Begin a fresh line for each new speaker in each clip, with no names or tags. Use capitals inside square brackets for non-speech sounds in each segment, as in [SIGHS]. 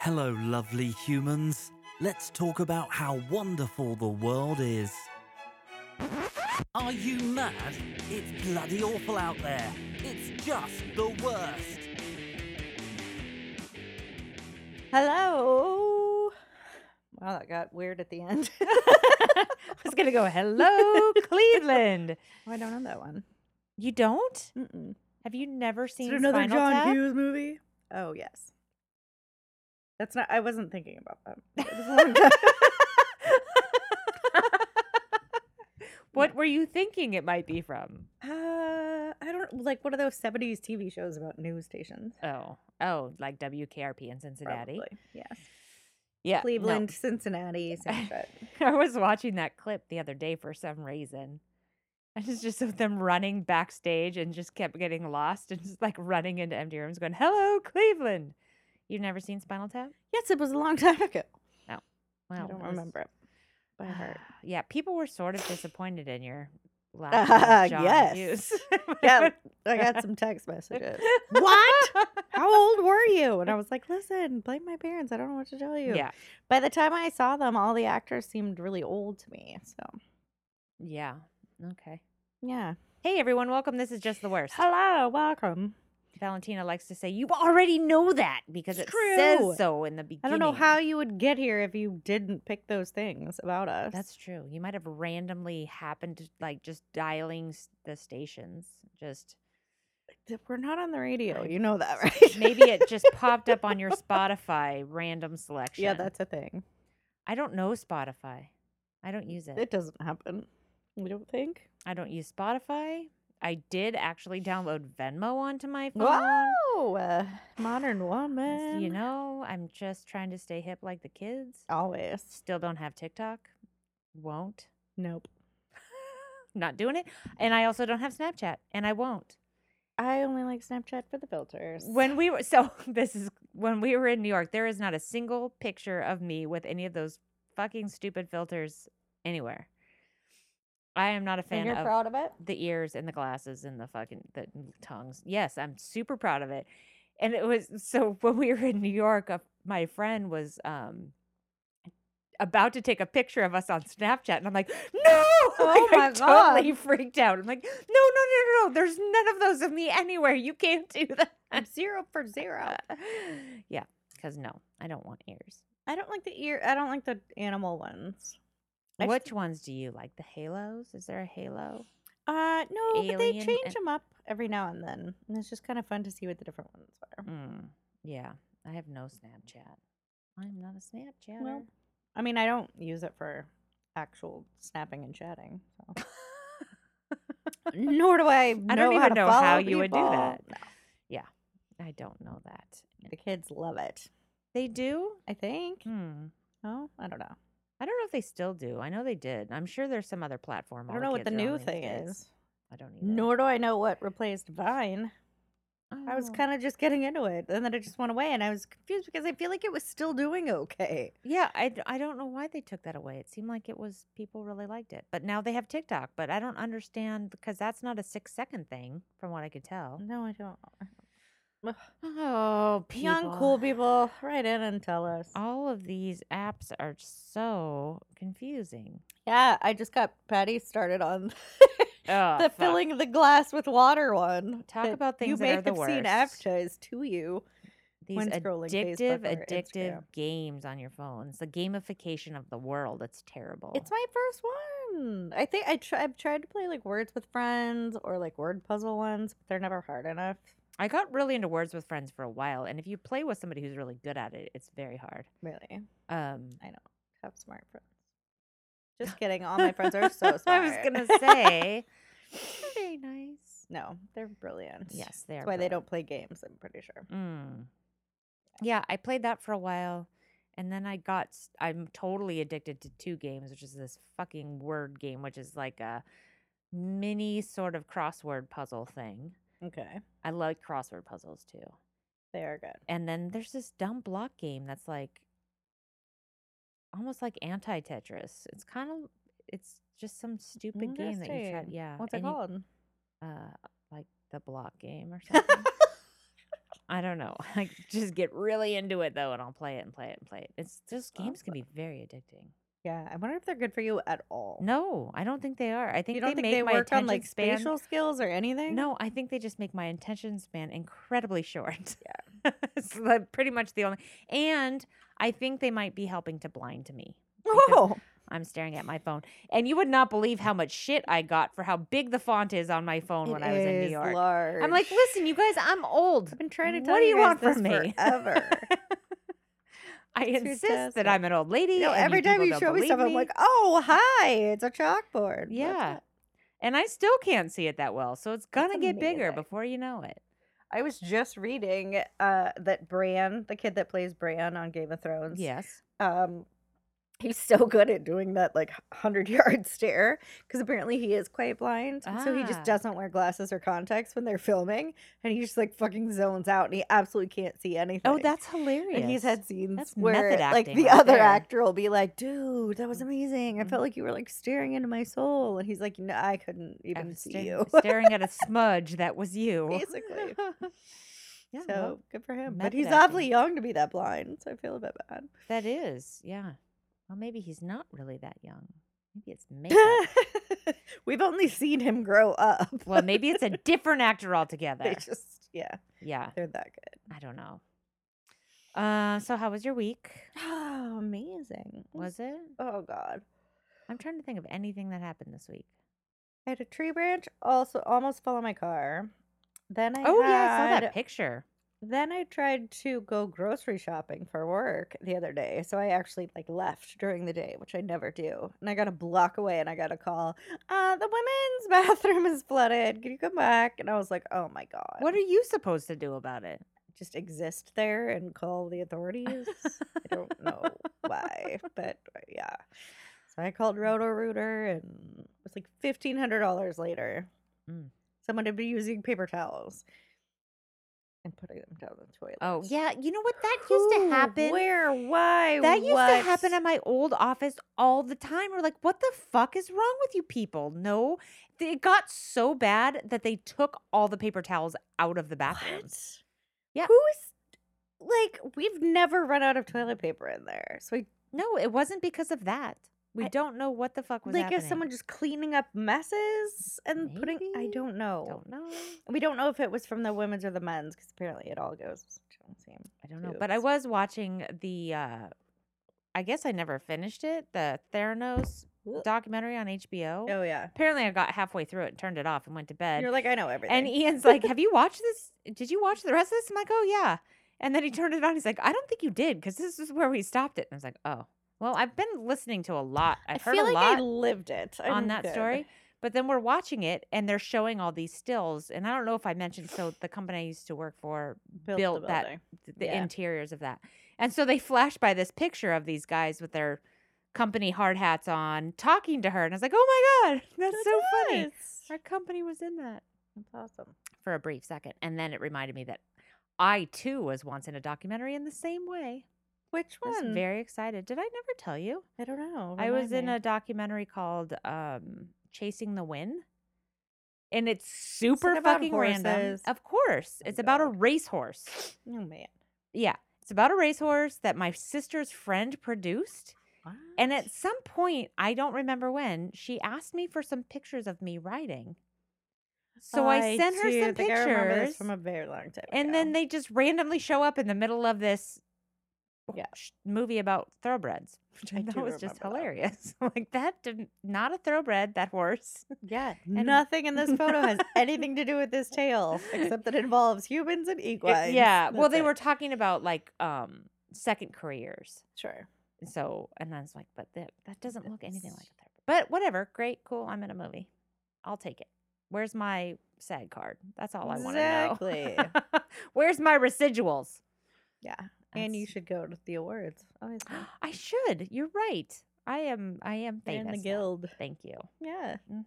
Hello, lovely humans. Let's talk about how wonderful the world is. Are you mad? It's bloody awful out there. It's just the worst.
Hello. Wow, that got weird at the [LAUGHS] end. Oh, I
[LAUGHS] I was gonna go, hello, Cleveland.
Oh, I don't know that one.
You don't?
Mm-mm.
Have you never seen
Is it another
Spinal
John
Tap?
Hughes movie? Oh yes. That's not. I wasn't thinking about that. It was a long [LAUGHS] time-
What were you thinking it might be from?
uh, I don't like. What are those '70s TV shows about news stations?
Oh, oh, like WKRP in Cincinnati.
Probably. Yes.
Yeah, no.
Cleveland, [LAUGHS] Cincinnati, same shit.
[LAUGHS] I was watching that clip the other day for some reason. And it's just of them running backstage and just kept getting lost and just like running into empty rooms going, Hello, Cleveland. You've never seen Spinal Tap?
Yes, it was a long time ago.
Well,
I don't
it was-
remember it by [SIGHS] heart.
[SIGHS] Yeah, people were sort of disappointed in your lack
Ah, [LAUGHS]
of John
yes.
Hughes. [LAUGHS]
Yeah, I got some [LAUGHS] text messages.
[LAUGHS]
What? How old were you? And I was like, listen, blame my parents. I don't know what to tell you.
Yeah.
By the time I saw them, all the actors seemed really old to me. So
Yeah. Okay.
yeah.
Hey everyone, welcome. This is just the worst.
Hello, welcome.
Valentina likes to say you already know that because
It's
it says
true.
so in the beginning.
I don't know how you would get here if you didn't pick those things about us.
That's true. You might have randomly happened, to, like just dialing s- the stations. Just
Th- we're not on the
I-
radio. You know that, [LAUGHS] right?
maybe it just popped
[LAUGHS]
up on your Spotify random selection.
yeah, that's a thing.
I don't know Spotify. I don't use it.
It doesn't happen. We don't think.
I don't use Spotify. I did actually download Venmo onto my phone.
Wow, uh, modern
It's-
woman.
You know, I'm just trying to stay hip like the kids.
always.
Still don't have TikTok. Won't.
Nope.
Not doing it. And I also don't have Snapchat, and I won't.
I only like Snapchat for the filters.
When we were [LAUGHS] so this is when we were in New York, there is not a single picture of me with any of those fucking stupid filters anywhere. I am not a
and
fan
you're
of
proud of it.
the ears and the glasses and the fucking the n- tongues. Yes, I'm super proud of it. And it was [LAUGHS] so when we were in New York, a, my friend was um about to take a picture of us on Snapchat, and I'm like, no! [LAUGHS]
Oh
Like, I
my God.
Totally freaked out. I'm like, no, no, no, no, no. There's none of those of me anywhere. You can't do
I'm
that.
zero for zero.
[LAUGHS] yeah, because no, I don't want ears.
I don't like the ear. I don't like the animal ones. I just-
Which ones do you like? The halos? Is there a halo?
Uh, no, but they
Alien
change
and-
them up every now and then, and it's just kind of fun to see what the different ones are.
Mm, yeah, I have no Snapchat. I'm not a Snapchatter.
I mean, I don't use it for actual snapping and chatting, so. [LAUGHS] nor do [LAUGHS] I. Know
I don't
how
even
to
know how
follow
you would do
people.
that.
No,
Yeah, I don't know that.
the kids love it.
They do?
I think.
Hmm.
Oh, I don't know.
I don't know if they still do. I know they did. I'm sure there's some other platform.
I
all
don't know what the
kids are on
new
these
thing
days.
is.
I don't either.
Nor do I know what replaced Vine. I was
Oh,
kind of just getting into it, and then it just went away, and I was confused because I feel like it was still doing okay.
Yeah, I, d- I don't know why they took that away. It seemed like it was people really liked it. But now they have TikTok, but I don't understand because that's not a six second thing from what I could tell.
No, I don't.
Oh,
Young cool people, write in and tell us.
all of these apps are so confusing.
Yeah, I just got Patty started on
Oh,
[LAUGHS] the filling the glass with water one.
Talk
that
about
you
things that
may
are the
have seen
worst.
advertised to you.
these
when scrolling
addictive,
Facebook or
addictive
Instagram.
games on your phone. It's the gamification of the world. It's terrible.
It's my first one. I think I tr- I've tried to play like words with friends or like word puzzle ones, but they're never hard enough.
I got really into words with friends for a while, and if you play with somebody who's really good at it, it's very hard.
Really,
Um,
have smart friends.
[LAUGHS]
Just kidding. All my friends are so smart.
I was
[LAUGHS]
gonna say, they're very nice.
no, they're brilliant.
Yes, they are.
That's why they
brilliant.
don't play games. I'm pretty sure.
Mm. Yeah, I played that for a while, and then I got. s- I'm totally addicted to two games, which is this fucking word game, which is like a mini sort of crossword puzzle thing.
Okay,
I like crossword puzzles too.
they are good.
And then there's this dumb block game that's like almost like anti Tetris. It's kind of it's just some stupid game that you try.
Interesting.
Yeah, uh,
What's it
and you-
called? [LAUGHS]
uh, like the block game or something. I don't know. [LAUGHS] Like just get really into it though, and I'll play it and play it and play it. It's just games can be very addicting.
Yeah, I wonder if they're good for you at all.
No, I don't think they are. I think
you don't
they
think
make
they
my
work
attention
on like
span.
spatial skills or anything? [LAUGHS]
No, I think they just make my attention span incredibly short. Yeah, [LAUGHS] it's like pretty much the only. And I think they might be helping to blind to me. because
Oh,
I'm staring at my phone, and you would not believe how much shit I got for how big the font is on my phone when I was in New York.
Large.
I'm like, listen, you guys, I'm old.
I've been trying to
What
tell
do you
guys
want
this
from me?
forever.
I
It's your
insist that
task.
I'm an old
[LAUGHS]
lady.
you know,
[LAUGHS] and
every time
people
you
don't
show me
believe
stuff, I'm like, oh, hi, it's a chalkboard. What's
yeah.
up?
And I still can't see it that well, so it's gonna get bigger
amazing.
before you know it.
I was just reading uh, that Bran, the kid that plays Bran on Game of Thrones,
Yes.
um he's so good at doing that like 100 [LAUGHS] yard stare because apparently he is quite blind and so he
Ah.
just doesn't wear glasses or contacts when they're filming and he just like fucking zones out and he absolutely can't see anything
Oh, that's hilarious.
and he's had scenes
That's
where
method
like
acting
the
right
other
there. Mm-hmm.
actor will be like dude that was amazing i felt like you were like staring into my soul and he's like no i couldn't
I
even
was
see
staring-
you [LAUGHS]
staring at a smudge that was you.
basically
[LAUGHS] Yeah,
so
well,
good for him but
method
he's
acting.
awfully young to be that blind so i feel a bit bad
that is, yeah. Well, maybe he's not really that young. Maybe it's
[LAUGHS]
makeup.
We've only seen him grow up. [LAUGHS]
well, maybe it's a different actor
they
altogether.
just yeah,
Yeah,
they're that good.
[GASPS] I don't know. Uh, so how was your week?
Oh, amazing.
Was it?
Oh god.
I'm trying to think of anything that happened this week.
I had a tree branch also almost fell on my car. Then I
Oh yeah, I saw
had-
that picture.
Then I tried to go grocery shopping for work the other day. So I actually like left during the day, which I never do. And I got a block away and I got a call. Uh the women's [LAUGHS] bathroom is flooded. Can you come back? And I was like, "Oh my god."
What are you supposed to do about it?
just exist there and call the authorities. I don't know
[LAUGHS]
why, but uh, yeah. So I
Mm.
called Roto Rooter and it was like fifteen hundred dollars later.
Mm.
Someone had been using paper towels and putting them down the toilet.
Oh yeah, you know what? That used to
Who,
happen.
Where? Why?
that used to happen
what?
at my old office all the time. We're like, what the fuck is wrong with you people? No, Th- it got so bad that they took all the paper towels out of the bathrooms.
What?
Yeah.
Who's like we've never run out of toilet paper in there, so I
No, it wasn't because of that. We
I-
don't know what the fuck was
like
happening.
is someone just cleaning up messes and putting? I
Maybe?
don't know.
don't know.
We don't know if it was from the women's or the men's because apparently it all goes to the same.
I don't know.
Dude,
But I
it's-
was watching the. uh I guess I never finished it. The Theranos
Ugh.
documentary on HBO.
Oh yeah,
Apparently, I got halfway through it and turned it off and went to bed.
you're like I know everything.
And Ian's like, "Have you watched this? Did you watch the rest of this?" I'm like, "Oh yeah." And then he turned it on. He's like, "I don't think you did because this is where we stopped it." And I was like, "Oh, well, I've been listening to a lot.
[LAUGHS]
I've
I
heard
feel
a
like I
lot
lived it
on
I'm
that
good.
story." But then we're watching it, and they're showing all these stills. And I don't know if I mentioned. So the company I used to work for
Built,
built
the
that-
building.
th- the
Yeah.
interiors of that. And so they flashed by this picture of these guys with their company hard hats on, talking to her. And I was like, "Oh my god, that's, so funny!
Yes.
Our company was in that."
That's awesome.
for a brief second. And then it reminded me that I too was once in a documentary in the same way.
Which
I was
one?
very excited. Did I never tell you?
I don't know.
Hmm. Oh, I was in a
remind
documentary called um, Chasing the Wind. And it's super
about
fucking random.
horses?
Of course.
Oh,
it's about a
God.
racehorse.
me. Oh man.
Yeah. It's about a racehorse that my sister's friend produced.
Oh,
And
What?
at some point, I don't remember when, she asked me for some pictures of me riding. So I, sent her
do
some
think I
pictures.
remember this from a very long time.
and then
ago.
they just randomly show up in the middle of this
Yeah.
sh- movie about thoroughbreds, [LAUGHS] which I,
I
thought
do
was just
remember that.
hilarious. [LAUGHS] like that, did, not a thoroughbred,
[LAUGHS]
that horse.
[LAUGHS] yeah,
[LAUGHS] and-
nothing in this photo
[LAUGHS]
has anything to do with this tale except that it involves humans and
It-
equines.
yeah. Well,
That's
they
it.
were talking about like um second careers.
sure.
So, and I was like, but that that doesn't look anything like
It's-
a thoroughbred. But whatever, great, cool. I'm in a movie. I'll take it. Where's my SAG card? That's all I want to know.
Exactly.
[LAUGHS] Where's my residuals?
Yeah. And you
That's-
should go to the awards. Obviously.
[GASPS] I should. You're right. I am. I am
You're
famous.
in the
now.
guild.
Thank you.
Yeah.
Mhm.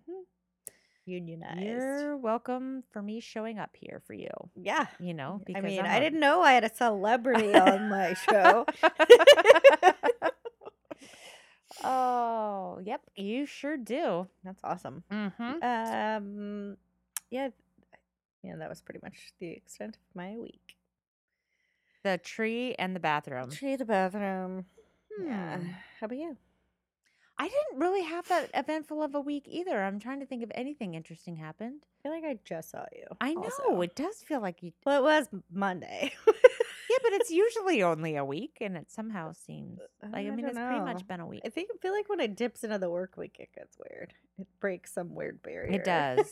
Unionized.
You're welcome for me showing up here for you.
Yeah.
You know,
I
because
mean,
I'm
I
a-
didn't [LAUGHS] know I had a celebrity on my show. [LAUGHS]
[LAUGHS] oh, yep, you sure do.
That's awesome.
Mm-hmm.
Um, yeah. Yeah, that was pretty much the extent of my week.
The tree and the bathroom.
Tree, the bathroom. Yeah.
Hmm.
How about you?
I didn't really have that eventful of a week either. I'm trying to think if anything interesting happened.
I feel like I just saw you.
I know
also.
it does feel like you.
Well, it was Monday.
Yeah, but it's usually only a week, and it somehow seems like I
Uh, [LAUGHS] I
mean
don't
it's pretty
know.
much been a week.
I think I feel like when it dips into the work week, it gets weird. It breaks some weird barrier.
It does.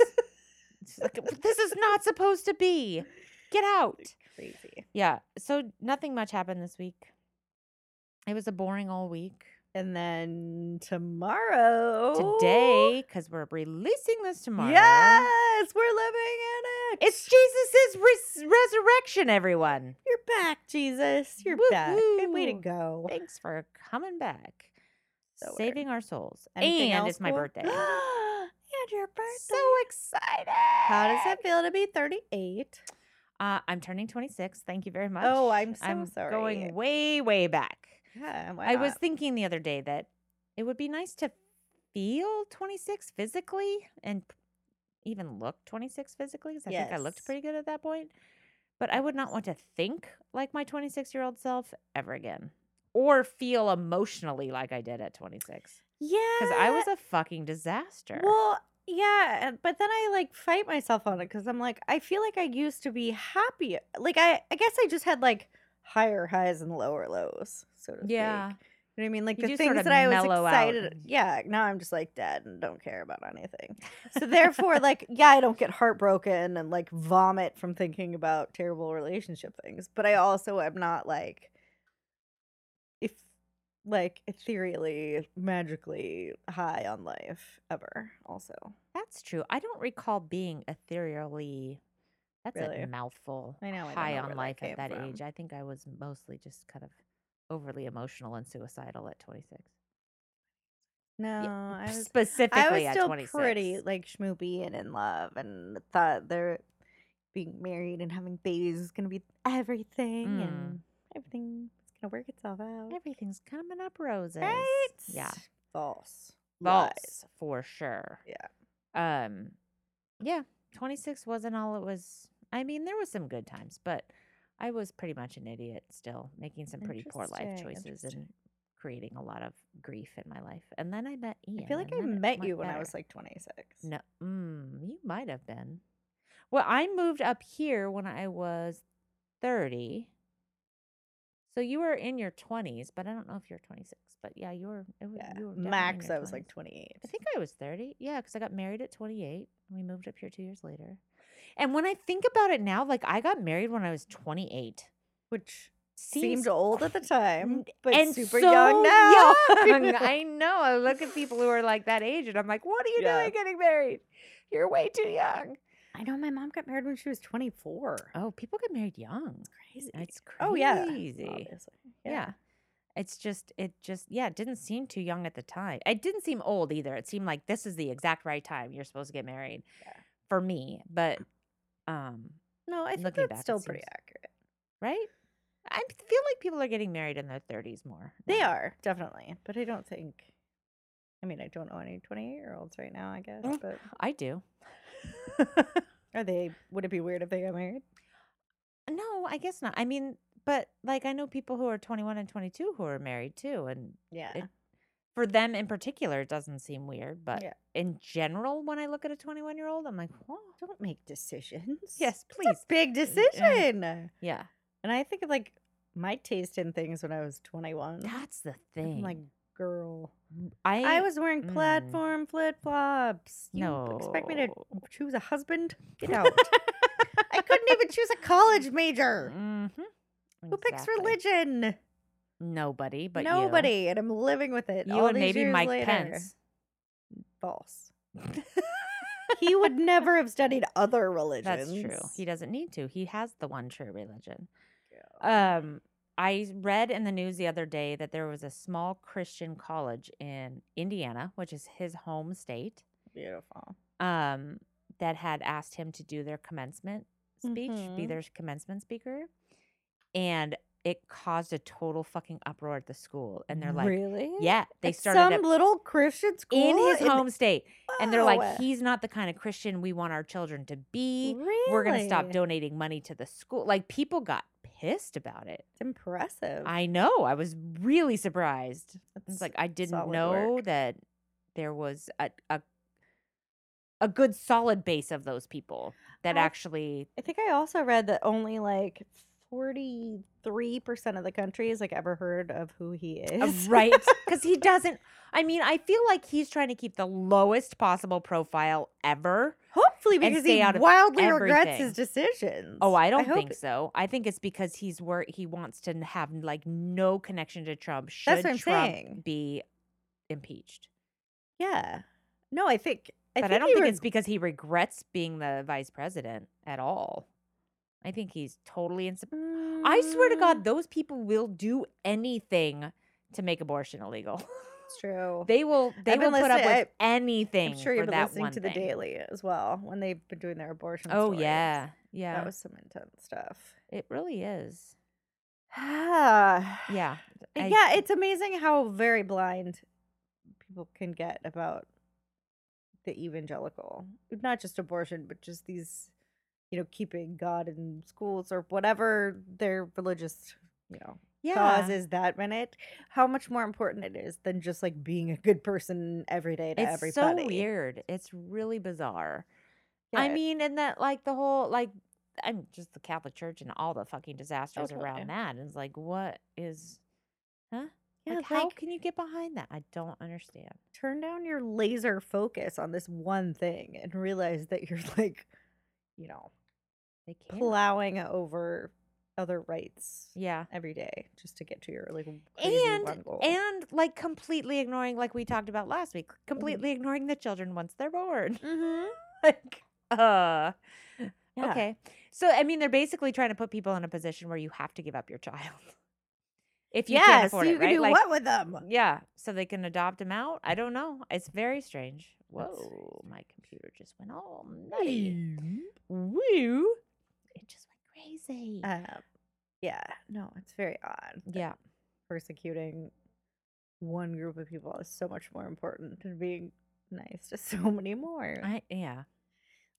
It's like, "But this is not supposed to be. Get out.
[LAUGHS] Crazy.
Yeah. So nothing much happened this week. It was a boring all week.
And then tomorrow.
Today, because we're releasing this tomorrow.
Oh. Yes, we're living in it.
It's Jesus' res- resurrection, everyone.
You're back, Jesus. You're back. Good way to
Woohoo.
go.
Thanks for coming back,
So weird.
saving our souls.
Anything
and
else
it's my
cool? [GASPS]
birthday.
and your birthday.
so excited.
How does it feel to be 38?
Uh, I'm turning 26. Thank you very much.
Oh, I'm so
I'm
sorry.
going way, way back.
Yeah, why
I was
not?
thinking the other day that it would be nice to feel 26 physically and p- even look 26 physically because I think I
Yes.
looked pretty good at that point. But I would not want to think like my 26 year old self ever again or feel emotionally like I did at 26
yeah,
because I was a fucking disaster.
Eh. Well, yeah, and- but then I like fight myself on it because I'm like, I feel like I used to be happy. Like I, I guess I just had like higher highs and lower lows, so to
yeah.
speak. You know what I mean? Like
You
the
do
things
sorta
that I was
mellow out
excited.
and-
Yeah, now I'm just like dead and don't care about anything. So therefore, like, yeah, I don't get heartbroken and like vomit from thinking about terrible relationship things, but I also am not like, if like ethereally, magically high on life ever. Also,
That's true. I don't recall being ethereally. That's
Really?
a mouthful.
I know, I don't
High
know
on
where that
life
came
at that
from.
age. I think I was mostly just kind of overly emotional and suicidal at 26.
no, I was.
Specifically
I was
at
still
26.
pretty like schmoopy and in love, and thought they're being married and having babies is gonna be everything,
Mm.
and everything is gonna work itself out.
Everything's coming up roses.
Right?
Yeah.
False.
False
Lies.
for sure.
Yeah.
Yeah. Um yeah, 26 wasn't all it was. I mean, there was some good times, but I was pretty much an idiot still, making some pretty poor life
Interesting,
choices
interesting.
and creating a lot of grief in my life. And then I met Ian.
I feel like
and
I
then it
met
went
you when I
better.
was like 26.
No, mm, you might have been. Well, I moved up here when I was 30. So you were in your 20s, but I don't know if you're 26. But yeah, you were. It was,
Yeah.
you were definitely in
Max,
your
I was like
20s.
28.
I think I was 30. Yeah, because I got married at 28. We moved up here two years later. And when I think about it now, like I got married when I was 28.
Which
Seems [LAUGHS]
seemed old at the time, but
and
super
so
young now. [LAUGHS]
young. I know. I look at people who are like that age, and I'm like, "What are you
Yeah.
doing getting married? You're way too young."
I know my mom got married when she was 24.
Oh, people get married young.
crazy.
It's crazy.
Oh, yeah.
Yeah.
obviously. Yeah.
It's just, it just, yeah, it didn't seem too young at the time. It didn't seem old either. It seemed like this is the exact right time you're supposed to get married
Yeah.
for me. But, um,
No, I think
Looking
that's
back, it
still pretty
seems-
accurate.
right? I feel like people are getting married in their 30s more.
They
now.
are, definitely. But I don't think. I mean, I don't know any 28 year olds right now, I guess.
Mm.
But
I do.
are they. Would it be weird if they got married?
no, I guess not. I mean, but like I know people who are 21 and 22 who are married too. And
Yeah.
for them in particular, it doesn't seem weird. But
Yeah.
in general, when I look at a 21 year old, I'm like, whoa.
Don't make decisions. It's
Yes,
a
please.
big decision. And
Yeah.
I think of like my taste in things when I was 21.
That's the
I'm
thing.
like, girl.
I,
I was wearing
mm.
platform flip flops. You expect me to
No.
choose a husband? Get
[LAUGHS]
out. I couldn't even choose a college major.
Mhm.
Who picks
Exactly.
religion?
Nobody, but you.
Nobody. And I'm living with it.
You,
all
and
these
maybe
years
Mike
later.
Pence. [LAUGHS]
False. he would never have studied other religions.
That's true. He doesn't need to. He has the one true religion.
Yeah.
Um, I read in the news the other day that there was a small Christian college in Indiana, which is his home state,
Beautiful.
um, that had asked him to do their commencement speech,
Mhm.
be their commencement speaker, and it caused a total fucking uproar at the school. And they're like,
really?
Yeah, they
At
started
some
up
little Christian school
in his home state, and they're
Wow.
like, "He's not the kind of Christian we want our children to be. We're gonna stop
Really?
donating money to the school." Like people got pissed about it.
It's impressive.
I know. I was really surprised.
That's
It's like I didn't
solid
know
work.
that there was a, a a good solid base of those people that
I- [LAUGHS]
actually
I think I also read that only like 43% of the country has like ever heard of who he
uh,
is.
right because he doesn't. I mean, I feel like he's trying to keep the lowest possible profile ever.
[LAUGHS] Hopefully
And
because
stay
he
out of
wildly regrets his
everything.
decisions.
Oh, I don't
hope
think so. I think it's because he's wor- he wants to n- have like no connection to Trump. Should
That's what I'm
Trump
saying.
be impeached?
Yeah. No, I think I
but
think
I don't
he
think
reg-
it's because he regrets being the vice president at all. I think he's totally in. sup- I swear to
Mm,
God, those people will do anything to make abortion illegal. [LAUGHS]
it's true.
they will. They
I've
will
been
put up
listening-
with anything
I'm sure
for
you've been
that
listening
one
to the
thing.
Daily as well when they've been doing their abortion.
Oh
stories.
yeah, yeah.
that was some intense stuff.
it really is.
yeah,
Yeah. I-
it's amazing how very blind people can get about the evangelical, not just abortion, but just these, you know, keeping God in schools or whatever their religious, you know,
yeah.
cause is that minute. How much more important it is than just like being a good person every day to
it's
everybody.
so weird. It's really bizarre. I
Yeah.
mean, and that like the whole like I'm just the Catholic Church and all the fucking disasters
Totally.
around that. It's like what is
yeah,
like, how can you get behind that? I don't understand.
turn down your laser focus on this one thing and realize that you're [LAUGHS] like, you know,
They can't.
plowing over other rights
yeah.
every day just to get to your like crazy one
And
goal.
and like completely ignoring like we talked about last week,
Mm-hmm.
completely ignoring the children once they're born. [LAUGHS] like uh
Yeah.
okay. So I mean they're basically trying to put people in a position where you have to give up your child. [LAUGHS] If you can't
yes,
afford
you
it,
can
right?
do
Like,
what with them?
Yeah, so they can adopt him out. I don't know. It's very strange.
That's very
Whoa, my computer just went all nutty. Woo! It just went crazy.
Um, yeah, no, it's very odd. that [LAUGHS]
yeah,
persecuting one group of people is so much more important than being nice to [LAUGHS] so many more.
I yeah.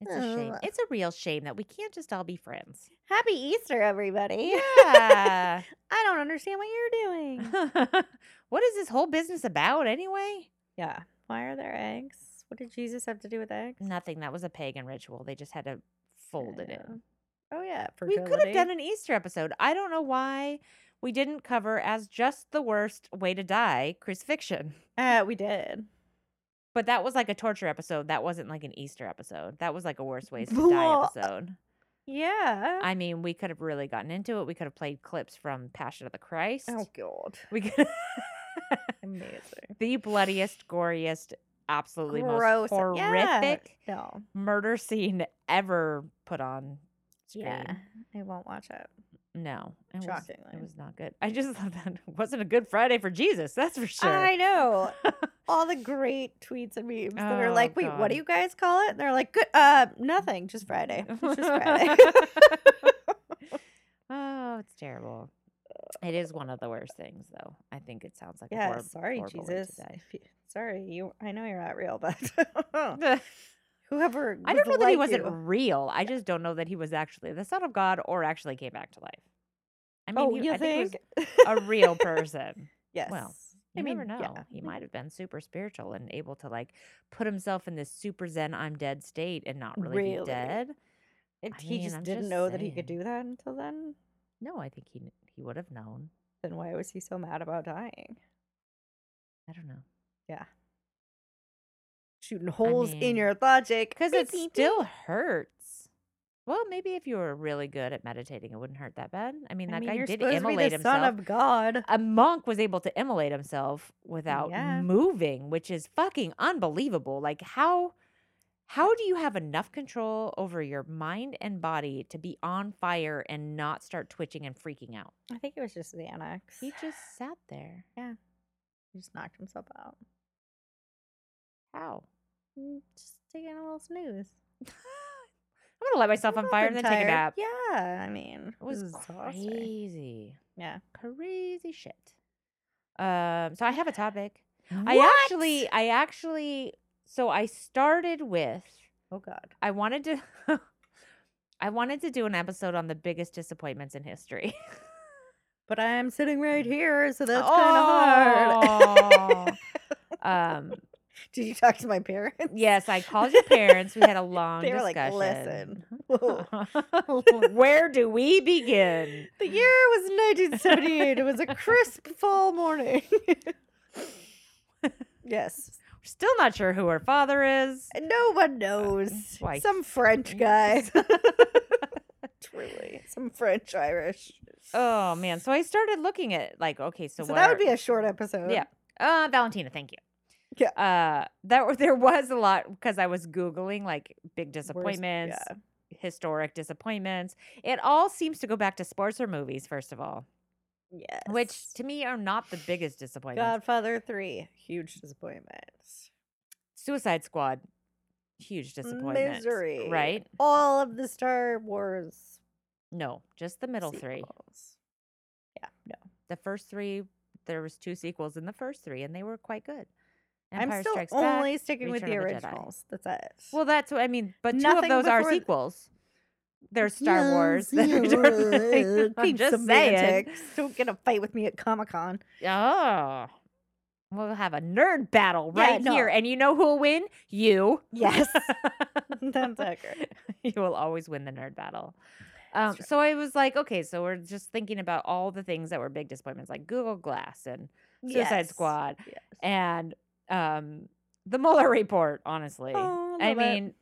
It's a shame.
Ugh.
It's a real shame that we can't just all be friends.
Happy Easter, everybody!
Yeah.
[LAUGHS] I don't understand what you're doing.
[LAUGHS] what is this whole business about anyway?
Yeah. Why are there eggs? What did Jesus have to do with eggs?
Nothing. That was a pagan ritual. They just had to fold it
Yeah.
in.
Oh yeah,
We
fertility.
could have done an Easter episode. I don't know why we didn't cover as just the worst way to die crucifixion.
Uh, we did.
But that was like a torture episode. That wasn't like an Easter episode. That was like a worst ways to die
Well, uh,
episode.
Yeah.
I mean, we could have really gotten into it. We could have played clips from Passion of the Christ.
oh
[LAUGHS]
god,
We could
amazing.
the bloodiest, goriest, absolutely
Gross.
most
Yeah.
horrific
No.
murder scene ever put on screen.
Yeah. I won't watch it.
No. It Was,
Shockingly.
it was not good. I just [LAUGHS] thought that it wasn't a good Friday for Jesus, that's for sure.
I
[LAUGHS]
know all the great tweets and memes that are
Oh,
like, "Wait, what
God.
do you guys call it?" And they're like, "Good, uh, nothing, just [LAUGHS]
[LAUGHS]
Friday, it's just Friday." [LAUGHS]
oh, it's terrible. It is one of the worst things, though. I think it sounds like a
yeah,
horrib-
sorry,
horrible way to
Jesus. [LAUGHS]
die.
If you- Sorry, you. I know you're not real, but [LAUGHS] whoever.
[LAUGHS] I
was
don't know that he
like
wasn't
you-
real. I just don't know that he was actually the son of God or actually came back to life. I mean,
Oh,
he,
you
I
think?
he
[LAUGHS]
was a real person.
yes.
You never know. He
yeah.
might have been super spiritual and able to like put himself in this super zen I'm dead state and not really,
Really?
be dead.
If
I
he
mean,
just
I'm
didn't
just
know that he could
saying.
do that until then,
No, I think he kn- he would have known.
then why was he so mad about dying?
I don't know.
Shooting holes in
mean,
your thought, Jake.
Because
Beep,
it
beep, beep.
still hurts. Well, maybe if you were really good at meditating, it wouldn't hurt that bad. I mean,
I
that
mean,
guy
you're
did
supposed to be
immolate
the son
himself.
of God.
A monk was able to immolate himself without
Yeah.
moving, which is fucking unbelievable. Like how how do you have enough control over your mind and body to be on fire and not start twitching and freaking out?
I think it was just the annex.
He just sat there.
He just knocked himself out.
How?
Mm, Just taking a little snooze.
I'm
[SIGHS]
gonna light myself on
I've
fire and
been
then take a
tired.
nap.
Yeah, I mean,
It was
exhausting.
crazy.
Yeah.
Crazy shit. Um, so I have a topic.
What?
I actually, I actually, so I started with,
Oh God.
I wanted to, [LAUGHS] I wanted to do an episode on the biggest disappointments in history. [LAUGHS]
But I'm sitting right here, so that's kind of hard.
Oh. um,
[LAUGHS] Did you talk to my
[LAUGHS]
parents?
yes, I called your parents. We had a long
They were like,
discussion.
"Listen, whoa."
[LAUGHS] Where do we begin?
[LAUGHS] The year was 1978. it was a
[LAUGHS]
crisp fall morning. [LAUGHS] yes.
We're still not sure who her father is.
No one knows.
Uh, why-
Some French
[LAUGHS]
guy. [LAUGHS] Truly. Some French Irish.
Oh man! So I started looking at like, okay, so,
So,
what
that
are-
would be a short episode.
Yeah. Uh, Valentina, thank you.
Yeah.
Uh, that w- [LAUGHS] there was a lot because I was googling like big disappointments,
yeah.
historic disappointments. It all seems to go back to sports or movies, first of all,
Yes.
which to me are not the biggest disappointments.
Godfather 3, huge disappointment.
Suicide Squad, huge disappointment.
Misery.
right?
All of the Star Wars
No, just the middle three.
sequels. Yeah, no.
The first three, there was two sequels in the first three, and they were quite good.
I'm still
Strikes Back.
only sticking with the
Return of the Jedi.
originals. That's it.
Well, that's what I mean. But two
Nothing
of those are
before th-
sequels. There's Star
Yeah,
Wars. [LAUGHS]
yeah,
that are- I'm
keep
just saying.
semantics. Don't get a fight with me at Comic Con.
Oh. We'll have a nerd battle
Yeah,
right here.
no.
And you know who will win? You. [LAUGHS]
Yes. [LAUGHS] [LAUGHS] That's accurate.
you will always win the nerd battle. Um,
true.
so I was like, okay, so we're just thinking about all the things that were big disappointments, like Google Glass and [LAUGHS] Suicide
Yes.
Squad
Yes.
and um, the Mueller report, honestly.
Oh,
I
love it.
mean,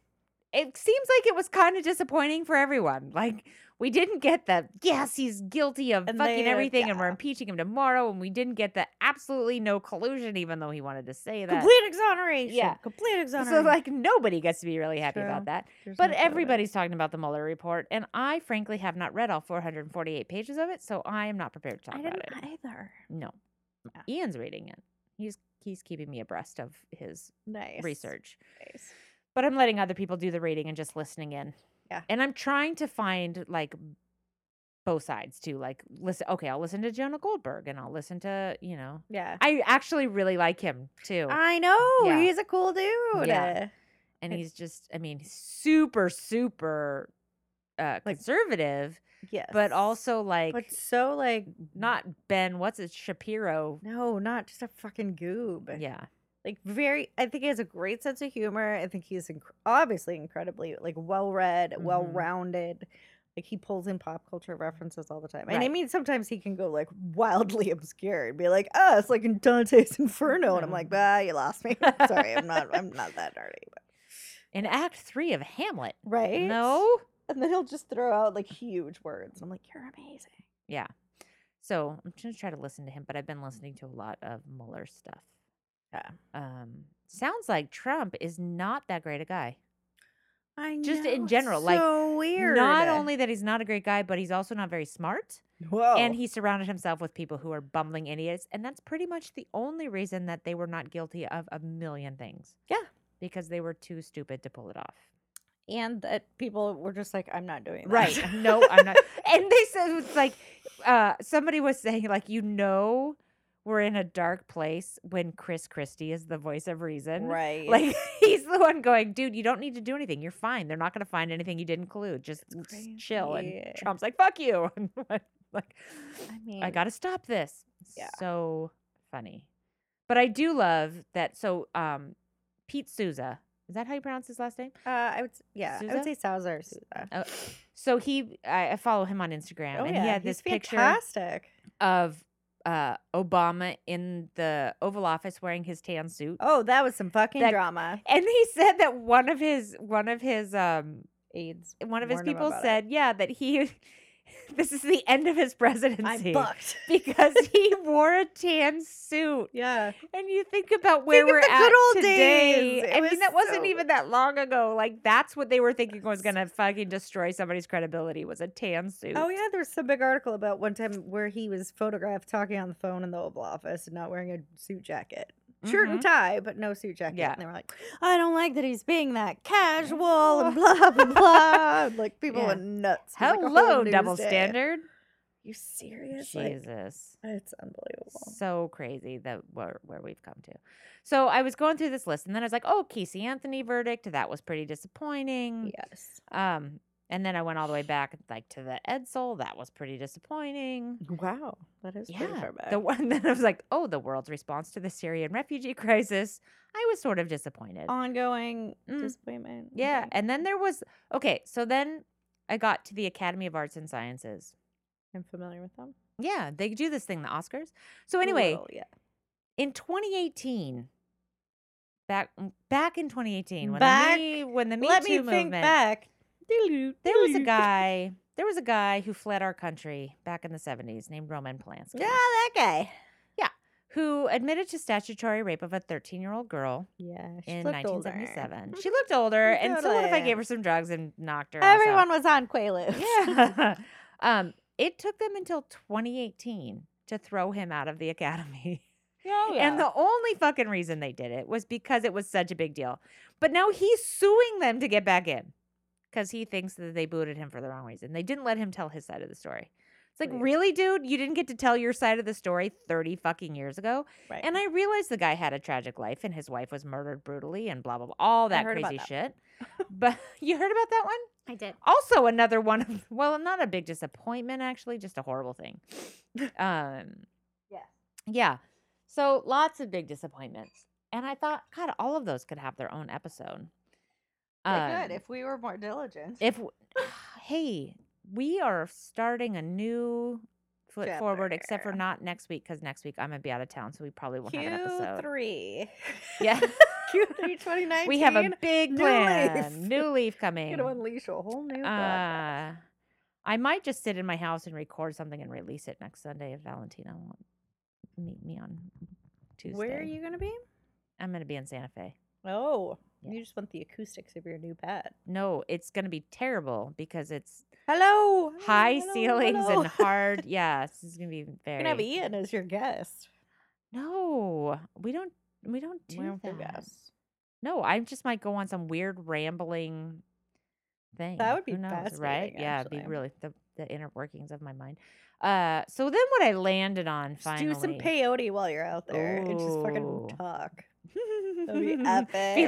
it seems like it was kind of disappointing for everyone. Like, we didn't get the, yes, he's guilty of
And
fucking
they-
everything and we're
yeah.
impeaching him tomorrow. And we didn't get the absolutely no collusion, even though he wanted to say that.
Complete exoneration.
Yeah.
Complete
So,
exoneration.
like, nobody gets to be really happy
True.
about that.
There's
But
no photo.
everybody's talking about the Mueller report. And I, frankly, have not read all 448 pages of it. So I am not prepared to talk
I
about
didn't
it.
either.
No.
Yeah.
Ian's reading it. He's he's keeping me abreast of his
Nice
research.
Nice.
But I'm letting other people do the reading and just listening in.
Yeah.
And I'm trying to find like both sides too. Like listen okay, I'll listen to Jonah Goldberg and I'll listen to, you know.
Yeah.
I actually really like him too.
I know.
Yeah.
He's a cool dude.
Yeah.
Yeah.
and
I-
he's just I mean, super, super uh
Like-
conservative,
Yes.
but also like
but so like
not Ben, what's it, Shapiro.
no, not just a fucking goob.
Yeah.
like very i think he has a great sense of humor i think he's inc- obviously incredibly like well read
Mhm.
well rounded like he pulls in pop culture references all the time and i
Right.
mean sometimes he can go like wildly [LAUGHS] obscure and be like oh it's like in dante's inferno and i'm like
Mm-hmm.
bah you lost me [LAUGHS] sorry i'm not i'm not that nerdy but
In act three of Hamlet.
right
No.
and then he'll just throw out like huge words i'm like you're amazing
Yeah. So I'm going to try to listen to him, but I've been listening to a lot of Mueller stuff.
Yeah.
Um, sounds like Trump is not that great a guy.
i
Just in
know, it's
general, like,
so weird
Not only that he's not a great guy, but he's also not very smart.
whoa
And he surrounded himself with people who are bumbling idiots. And that's pretty much the only reason that they were not guilty of a million things.
Yeah.
Because they were too stupid to pull it off.
and that people were just like i'm not doing that.
Right. [LAUGHS] No, I'm
[LAUGHS]
not. And they said it's like uh, somebody was saying like you know we're in a dark place when Chris Christie is the voice of reason.
right
Like [LAUGHS] he's the one going, dude, you don't need to do anything. You're fine. They're not going to find anything you didn't clue. Just s- chill. And
crazy.
Trump's like, fuck you. [LAUGHS] And I'm like,
I mean,
I got to stop this.
Yeah.
So funny. But I do love that. So um, Pete Souza, is that how you pronounce his last name?
Uh, I would, s- yeah, I
Sousa?
would say uh, Sousa or Sousa.
Oh, so he, I, I follow him on Instagram, and he
oh he's
had this picture
fantastic.
of uh, Obama in the Oval Office wearing his tan suit,
Oh, that was some fucking
That-
drama.
and he said that one of his one of his um
AIDS.
one of his
warned him
people
about it.
said, yeah, that he [LAUGHS] this is the end of his presidency
"I'm fucked."
[LAUGHS]
[LAUGHS]
because he wore a tan suit.
Yeah,
And you think about where
of
we're
the
at
good old
today.
days. It
I
was
mean, that wasn't
so-
even that long ago. Like that's what they were thinking was gonna fucking destroy somebody's credibility was a tan suit.
Oh yeah, there was some big article about one time where he was photographed talking on the phone in the Oval Office and not wearing a suit jacket. Shirt and tie, but no suit jacket.
Mm-hmm. Yeah.
And they were like, I don't like that he's being that casual and blah, blah, blah. And,
[LAUGHS]
like, people
Yeah.
went nuts. It was, like, a whole
Hello,
news
double
day.
standard.
You serious? Like,
Jesus.
it's unbelievable.
So crazy that where, where we've come to. So I was going
Mm.
through this list and then I was like, oh, Casey Anthony verdict. That was pretty disappointing.
Yes.
Um, And then I went all the way back like to the Edsel. That was pretty disappointing.
Wow, that is pretty
Yeah,
far back.
The one [LAUGHS] that I was like, oh, the world's response to the Syrian refugee [LAUGHS] crisis. I was sort of disappointed.
Ongoing
Mm.
disappointment.
Yeah.
okay.
And then there was, okay, so then I got to the Academy of Arts and Sciences.
I'm familiar with them.
Yeah, they do this thing, the Oscars. So
A
anyway,
little, yeah.
in 2018, back mm, back in 2018, when
Back-
the Me, when the Me
Let
Too
me
movement,
think back.
there was a guy, there was a guy who fled our country back in the 70s named Roman Polanski,
Yeah, that guy.
who admitted to statutory rape of a 13 year old girl
Yeah, she
in
looked older. Hmm.
1977. She looked older, and so what if I
Totally.
gave her some drugs and knocked her? ass out? [LAUGHS]
Everyone was on Quaaludes.
Yeah. um, it took them until 2018 to throw him out of the academy.
[LAUGHS] Oh,
[LAUGHS] And the only fucking reason they did it was because it was such a big deal. But now he's suing them to get back in because he thinks that they booted him for the wrong reason. They didn't let him tell his side of the story. It's like,
Weird.
really, dude? You didn't get to tell your side of the story 30 fucking years ago?
right.
And I realized the guy had a tragic life and his wife was murdered brutally and blah, blah, blah, all that
heard about
crazy
that.
shit.
[LAUGHS]
but [LAUGHS] you heard about that one?
I did.
also another one of well not a big disappointment actually just a
[LAUGHS]
horrible thing um
Yes.
yeah so lots of big disappointments and i thought god all of those could have their own episode Um,
good if we were more diligent. [SIGHS]
if w- [SIGHS] hey we are starting a new foot forward except for
Chapter.
not next week because next week i'm gonna be out of town so we probably won't have an episode
Q3. [LAUGHS]
yeah [LAUGHS]
Q3 2019.
we have a big
new
plan
leaf. [LAUGHS]
new leaf coming
You're going to unleash a whole new podcast.
uh, I might just sit in my house and record something and release it next Sunday if Valentina won't meet me on Tuesday.
Where are you going to be?
I'm going to be in Santa Fe.
Oh,
Yeah.
you just want the acoustics of your new pad.
No, it's going to be terrible because it's
Hello. hello,
high
hello,
ceilings
hello. [LAUGHS]
and hard. yeah, this is going to be
You're going
very.
to have Ian as your guest.
no, we don't. We don't do
Well,
that.
yes.
No, I just might go on some weird rambling thing.
That would be
Who knows, right?
fascinating,
Yeah, it'd be
actually.
really the, the inner workings of my mind. Uh, so then what I landed on
Just
finally.
do some
[LAUGHS]
peyote while you're out there and just
Ooh.
fucking talk.
[LAUGHS]
That'd be
Be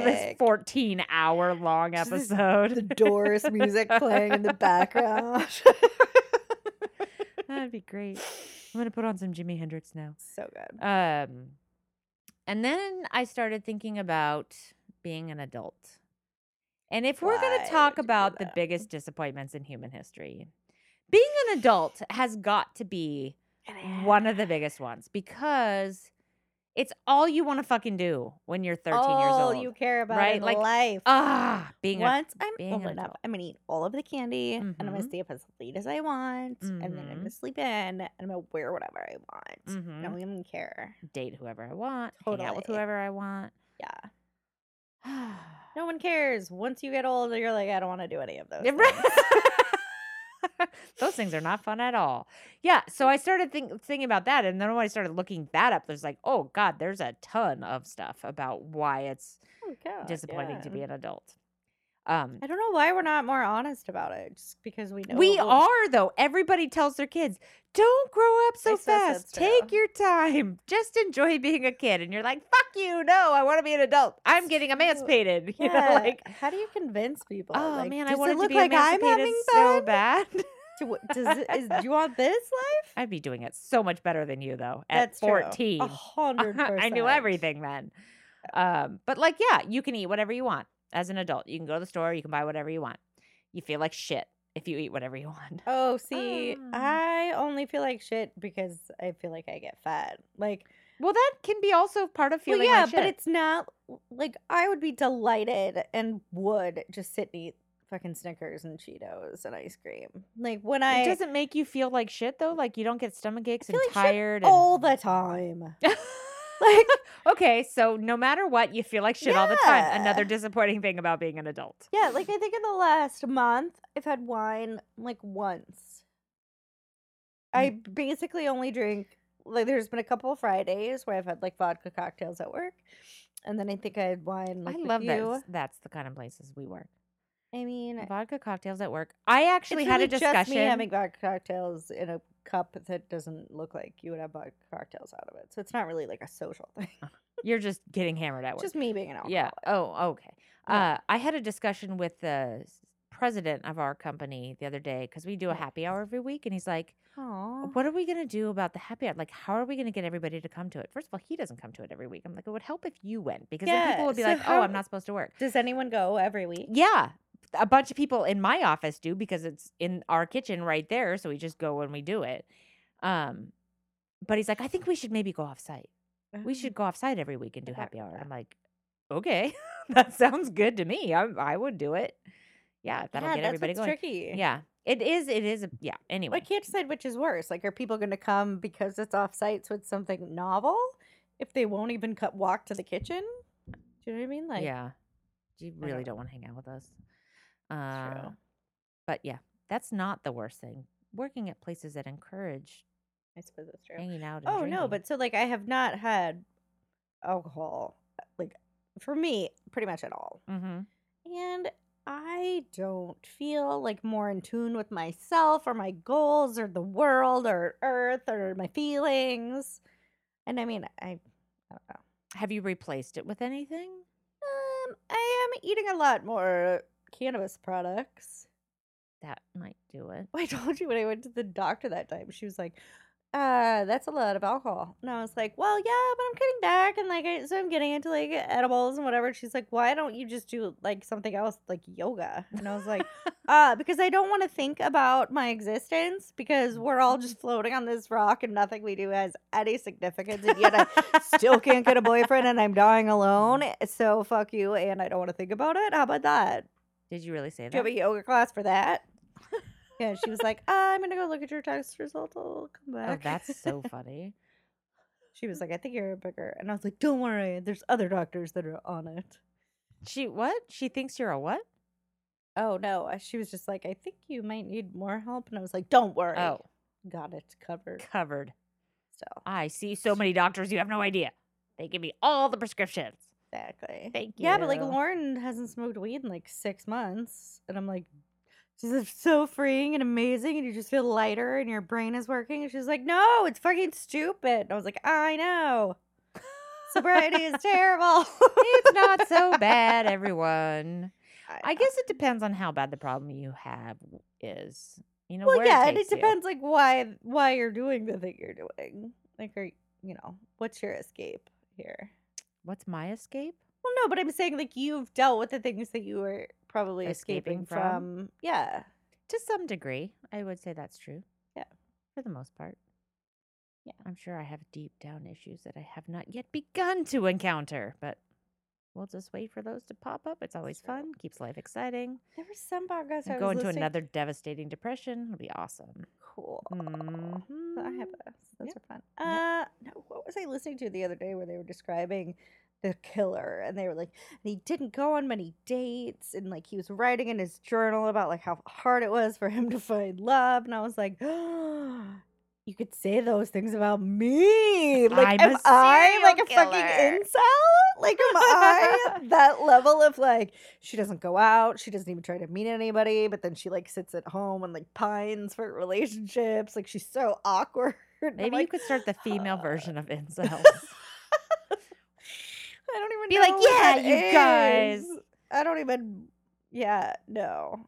this
epic.
14 hour long
Just this-
episode.
the Doors music playing
[LAUGHS]
in the background. [LAUGHS]
That'd be great. I'm going to put on some Jimi Hendrix now.
so good.
Um, and then I started thinking about being an adult. And if we're going
Why
to talk
would you do
about the
that?
biggest disappointments in human history, being an adult has got to be
[SIGHS]
one of the biggest ones because it's all you want to fucking do when you're 13 years
All
old.
you care about
right?
in
Like,
life.
ah, being a
Once I'm
being an
old enough,
adult.
I'm gonna eat all of the candy, and I'm gonna
Mhm.
stay up as late as I want, and then I'm
Mm-hmm.
gonna sleep in, and I'm gonna wear whatever I want. No
mhm,
one can care.
date whoever I want, hang out with
Totally.
whoever
[SIGHS]
I want. [SIGHS]
Yeah,
Right.
no one cares. Once you get older, you're like, I don't want to do any of those. things."
[LAUGHS]
[LAUGHS]
Those things are not fun at all. Yeah, so I started think, thinking about that, and then when I started looking that up, there's like, oh god, there's a ton of stuff about why it's
Oh, God,
disappointing to
yeah.
be an adult. Um,
I don't know why we're not more honest about it. Just because we know
we
we'll- [LAUGHS]
are though. Everybody tells their kids, "Don't grow up so
I said that
fast.
too.
Take your time. Just enjoy being a kid." And you're like, "Fuck you! No, I want to be an adult. I'm getting emancipated." [LAUGHS] You
Yeah,
know, like,
how do you convince people?
oh
Like,
man, I
does
want
it
to
look
be
like I'm
emancipated
having
so
fun?
bad.
Do, does it, is, do you want this life?
I'd be doing it so much better than you though. [LAUGHS] At
That's true. A
fourteen, [LAUGHS]
hundred percent.
I knew everything then. Um, but like, yeah, you can eat whatever you want as an adult. You can go to the store. You can buy whatever you want. You feel like shit if you eat whatever you want.
Oh, see,
Ah.
I only feel like shit because I feel like I get fat. Like,
[LAUGHS] Well, that can be also part of feeling.
well, yeah,
like
but
shit.
it's not like I would be delighted and would just sit and eat fucking Snickers and Cheetos and ice cream. Like when I
It doesn't make you feel like shit though. Like you don't get stomach aches
feel
and
like shit
tired. and...
all
[LAUGHS]
the time.
like [LAUGHS] okay, so no matter what, you feel like shit all the time. Another
Yeah.
disappointing thing about being an adult.
Yeah, like I think in the last month I've had wine like once. I basically only drink like there's been a couple of Fridays where I've had like vodka cocktails at work. And then I think I had wine like
I
with
love
you.
that. That's the kind of places we work.
I mean
Vodka cocktails at work. I actually
it's
had
really
a discussion.
Just me having vodka cocktails in a cup that doesn't look like you would have vodka cocktails out of it. So it's not really like a social [LAUGHS] thing.
You're just getting hammered at
It's
work.
just me being an alcoholic.
yeah. Oh, okay.
Yeah.
Uh, I had a discussion with the s- president of our company the other day because we do a
Oh.
happy hour every week, and he's like,
Aww.
"What are we gonna do about the happy hour? Like, how are we gonna get everybody to come to it?" First of all, he doesn't come to it every week. I'm like, it would help if you went because then people
Yeah,
would be
so
like, "Oh,
how-
I'm not supposed to work."
Does anyone go every week?
Yeah. A bunch of people in my office do because it's in our kitchen right there. So we just go and we do it. Um, but he's like, I think we should maybe go off site.
[SIGHS]
We should
Mm-hmm.
go off site every week and do
Okay.
happy hour. And I'm like, okay, [LAUGHS] that sounds good to me. I, I would do it. Yeah, if that'll
yeah,
get
that's
everybody
what's
going.
tricky.
Yeah, it is. It is. a- Yeah. Anyway,
I can't decide which is worse. Like, are people going to come because it's off site, so it's something novel? If they won't even cut, walk to the kitchen, do you know what I mean? Like,
yeah, you
I
really
don't-
don't want to hang out with us.
It's
Uh,
true.
but yeah, that's not the worst thing. Working at places that encourage
I suppose that's true.
hanging out. And
Oh no,
drinking.
but so like I have not had alcohol, uh, like for me, pretty much at all,
Mhm.
and I don't feel like more in tune with myself or my goals or the world or Earth or my feelings. And I mean, I, I don't know.
Have you replaced it with anything?
Um, I am eating a lot more cannabis products.
That might
[LAUGHS]
do it.
I told you when I went to the doctor that time, she was like, uh, that's a lot of alcohol. And I was like, well, yeah, but I'm cutting back. And like, I, so I'm getting into like edibles and whatever. And she's like, why don't you just do like something else, like yoga? And I was like, uh, because I don't want to think about my existence because we're all just floating on this rock and nothing we do has any significance. And yet I still can't get a boyfriend and I'm dying alone. eh, So fuck you. And I don't want to think about it. How about that?
Did you really
Do
say
you
that?
have a yoga class for that? [LAUGHS] yeah, she was like, I'm gonna go look at your test results. I'll come
oh,
back.
that's so funny.
[LAUGHS] she was like, I think you're a booger. And I was like, Don't worry, there's other doctors that are on it.
She what? She thinks you're a what?
Oh no. uh, She was just like, I think you might need more help. And I was like, Don't worry.
Oh,
Got it covered.
covered.
So
I see so many doctors. You have no idea. They give me all the prescriptions.
exactly.
Thank
Yeah, but like
you.
Lauren hasn't smoked weed in like six months. And I'm like, this is so freeing and amazing, and you just feel lighter and your brain is working. And she's like, No, it's fucking stupid. And I was like, I know. Sobriety is [LAUGHS] terrible.
[LAUGHS] It's not so bad, everyone. I
I guess.
guess it depends on how bad the problem you have w- is. You know,
[LAUGHS] Well,
where
yeah,
it,
and it
takes you.
depends like why why you're doing the thing you're doing. Like, are you know what's your escape here?
What's my escape?
Well, no, but I'm saying like you've dealt with the things that you were probably escaping,
Escaping
from.
from?
Yeah,
To some degree, I would say that's true.
Yeah.
For the most part.
Yeah.
I'm sure I have deep down issues that I have not yet begun to encounter, but we'll just wait for those to pop up. It's always
true.
fun, keeps life exciting.
there were some podcasts I
And
was
go into
listening-
another devastating depression. It'll be awesome.
cool.
Mhm.
I have those. Those
Yep.
are fun. Uh, no, what was I listening to the other day where they were describing the killer and they were like, and he didn't go on many dates and like he was writing in his journal about like how hard it was for him to find love and I was like, [GASPS] you could say those things about me. Like,
I'm a
am I like a
serial
fucking
killer."
incel? Like, am I
[LAUGHS]
at that level of like she doesn't go out, she doesn't even try to meet anybody, but then she like sits at home and like pines for relationships. Like she's so awkward. [LAUGHS] I'm
Maybe you
like,
could start the [SIGHS] female
"Huh."
version of incels.
I don't even
Be
know
like,
what
"Yeah,
that
you guys."
is." I don't even. Yeah,
[LAUGHS]
no,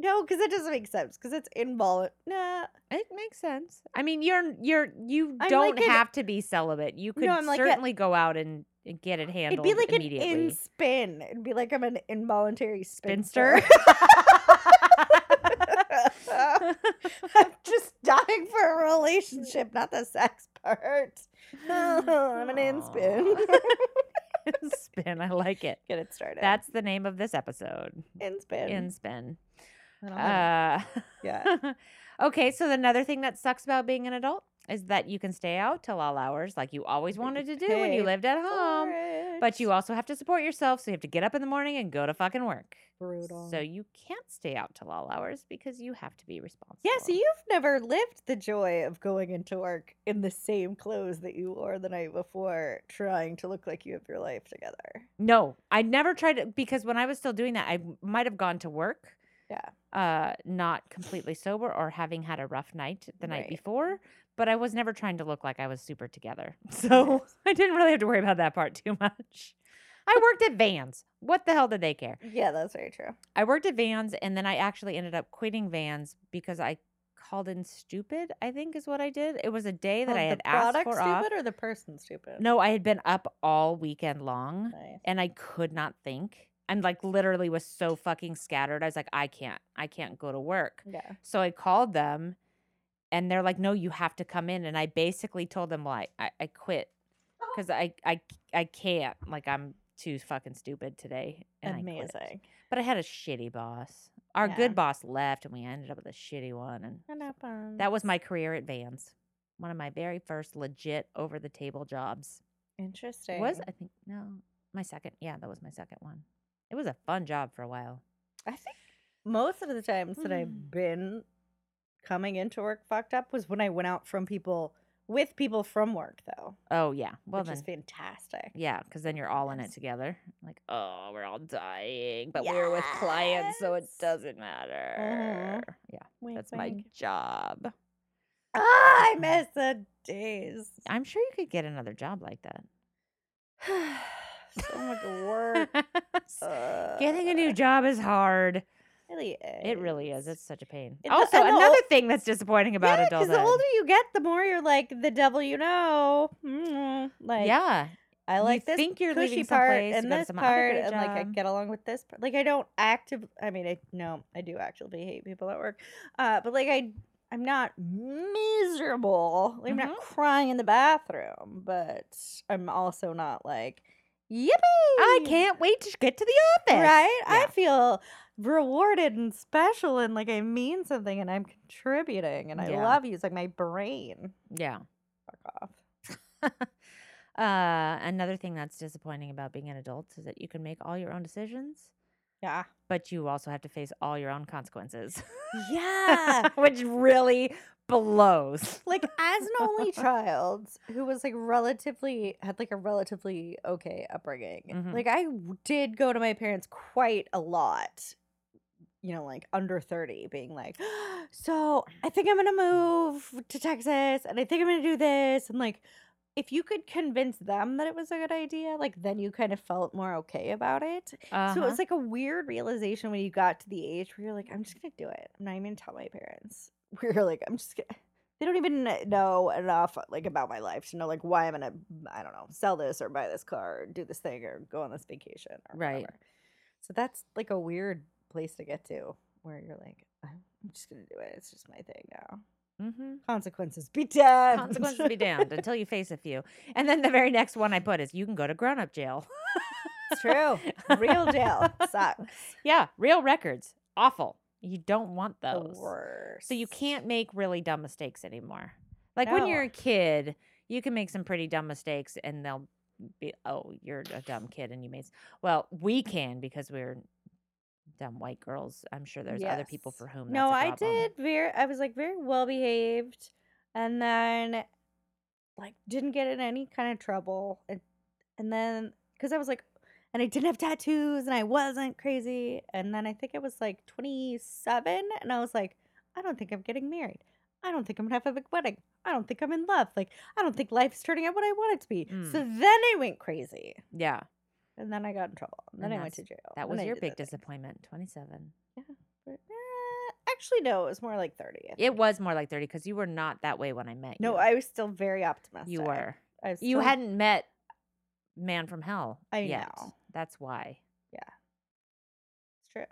no, because it doesn't make sense. Because it's involuntary. Nah,
it makes sense. I mean, you're you're you
I'm
don't
like an-
have to be celibate. You could
I'm like a-
certainly go out and, and get it
it'd
handled
be like an
immediately.
in spin. It'd be like I'm an involuntary
Spinster.
spinster. [LAUGHS]
[LAUGHS]
I'm just dying for a relationship, not the sex part. [LAUGHS] I'm an in
[LAUGHS]
spin. [LAUGHS]
Aw. [LAUGHS] Spin. I like it.
Get it started.
That's the name of this episode.
in spin. Oh
In spin.
I don't know.
Uh, [LAUGHS]
yeah.
okay, so another thing that sucks about being an adult is that you can stay out till all hours like you always
But you
wanted to do when you
pay
lived at home.
For
Um, But you
it.
also have to support yourself, so you have to get up in the morning and go to fucking work.
brutal.
So you can't stay out till all hours because you have to be responsible.
yeah, so you've never lived the joy of going into work in the same clothes that you wore the night before, trying to look like you have your life together.
No, I never tried it because when I was still doing that, I might have gone to work.
Yeah.
Uh, not completely sober or having had a rough night the night
Right.
before, but I was never [LAUGHS] trying to look like I was super together. So I didn't really have to worry about that part too much. I worked at Vans. What the hell did they care?
Yeah, that's very true.
I worked at Vans and then I actually ended up quitting Vans because I called in stupid, I think is what I did. It was a day that
Uh,
I
the
had asked
product
for
stupid
off.
or the person stupid?
No, I had been up all weekend long
Nice.
and I could not think. I'm like literally was so fucking scattered. I was like, I can't, I can't go to work.
Yeah.
[GASPS] So I called them and they're like, no, you have to come in. And I basically told them, like, I, I quit because I, I, I can't. Like, I'm too fucking stupid today. And I quit."
Amazing.
but I had a shitty boss. Our
Yeah.
good boss left and we ended up with a shitty one. And
And up on-
that was my career at Vans, one of my very first legit over the table jobs.
interesting.
Was I think no my second? Yeah, that was my second one. It was a fun job for a while.
I think most of the times that I've
Mm.
been coming into work fucked up was when I went out from people with people from work though,
Oh yeah, well
which
then
is fantastic.
yeah, because then you're all in it
Yes.
together. Like oh, we're all dying, but we're with clients, so it
Yes.
doesn't matter. Yeah,
Wink,
that's my
wink.
job.
Ah, [LAUGHS] I miss the days. [SIGHS]
I'm sure you could get another job like that.
so much
[LAUGHS]
work.
Getting a
Uh,
new job is hard.
really is.
It really is. It's such a pain.
And the-
also,
and the
another
ol-
thing that's disappointing about
yeah, because
adulthood.
the older you get, the more you're like the devil you know. Mm, like
yeah,
I
You
like this
think you're
cushy
leaving
part
someplace to
and
go to
this
some other
part,
great
and like I
job.
get along with this. Part. Like I don't actively. I mean, I no, I do actively hate people at work, uh, but like I, I'm not miserable. Like, I'm not
Mm-hmm.
crying in the bathroom, but I'm also not like, yippee!
I can't wait to get to the office.
Right? I
Yeah.
feel rewarded and special, and like I mean something, and I'm contributing, and I
Yeah.
love you. It's like my brain.
Yeah.
Fuck off.
[LAUGHS] uh, another thing that's disappointing about being an adult is that you can make all your own decisions,
Yeah.
but you also have to face all your own
[LAUGHS]
consequences, [LAUGHS]
Yeah.
which really blows.
[LAUGHS] like as an only child who was like relatively had like a relatively okay upbringing
Mhm.
like i w- did go to my parents quite a lot you know like under 30 being like [GASPS] so i think i'm gonna move to texas and i think i'm gonna do this and like if you could convince them that it was a good idea like then you kind of felt more okay about it so it
Uh-huh.
was like a weird realization when you got to the age where you're like, I'm just gonna do it. I'm not even gonna tell my parents. [LAUGHS] Where you're like, I'm just gonna. They don't even kn- know enough like about my life to know like why I'm gonna I don't know sell this or buy this car or do this thing or go on this vacation or
Right.
whatever. So that's like a weird place to get to where you're like I'm just gonna do it. It's just my thing now. Mm-hmm.
Mhm.
Consequences be damned.
[LAUGHS] Consequences be damned until you face a few. And then the very next one I put is you can go to grown up jail. [LAUGHS]
it's [LAUGHS] true. Real jail sucks.
Yeah, real records. Awful. You don't want those.
The worst.
So you can't make really dumb mistakes anymore. Like when you're
No.
a kid, you can make some pretty dumb mistakes and they'll be, oh, you're a dumb kid and you made. s-" Well, we
Mm.
can because we're dumb white girls. I'm sure there's other people
Yes.
for whom
No,
that's a
I
problem.
did very. I was like very well behaved, and then like didn't get in any kind of trouble, and and then because I was like, and I didn't have tattoos, and I wasn't crazy, and then I think I was like 27, and I was like, I don't think I'm getting married. I don't think I'm gonna have a big wedding. I don't think I'm in love. Like I don't think life's turning out what I want it to be. So
Mm.
then I went crazy,
Yeah,
and then I got in trouble. And then
And
I went to
that's-
jail.
that
and
was
I
your
did
big
the thing.
disappointment. 27.
Uh, actually, no, it was more like 30. I
It was more like 30 because you were not that way when I met you.
No, I was still very optimistic.
You were.
I was
You
still-
hadn't met Man from Hell
I
yet.
know.
That's why.
It's true.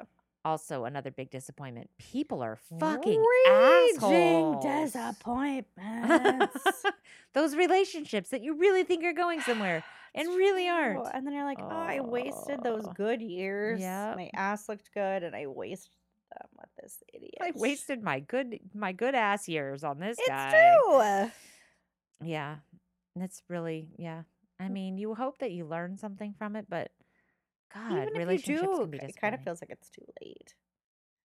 Also, another big disappointment. People are fucking
Raging
assholes. [LAUGHS]
disappointments.
Those relationships that you really think are going
[SIGHS]
somewhere and really
Oh,
aren't.
And then you're like, oh, I wasted those
Oh.
good years.
Yep.
My ass looked good, and I wasted them with this idiot.
I wasted my good my good ass years on this
It's
guy.
true.
Yeah. That's really yeah. I mean, you hope that you learn something from it, but God,
Even if you
relationships
do,
can be
it kind of
disappointing.
feels like it's too late.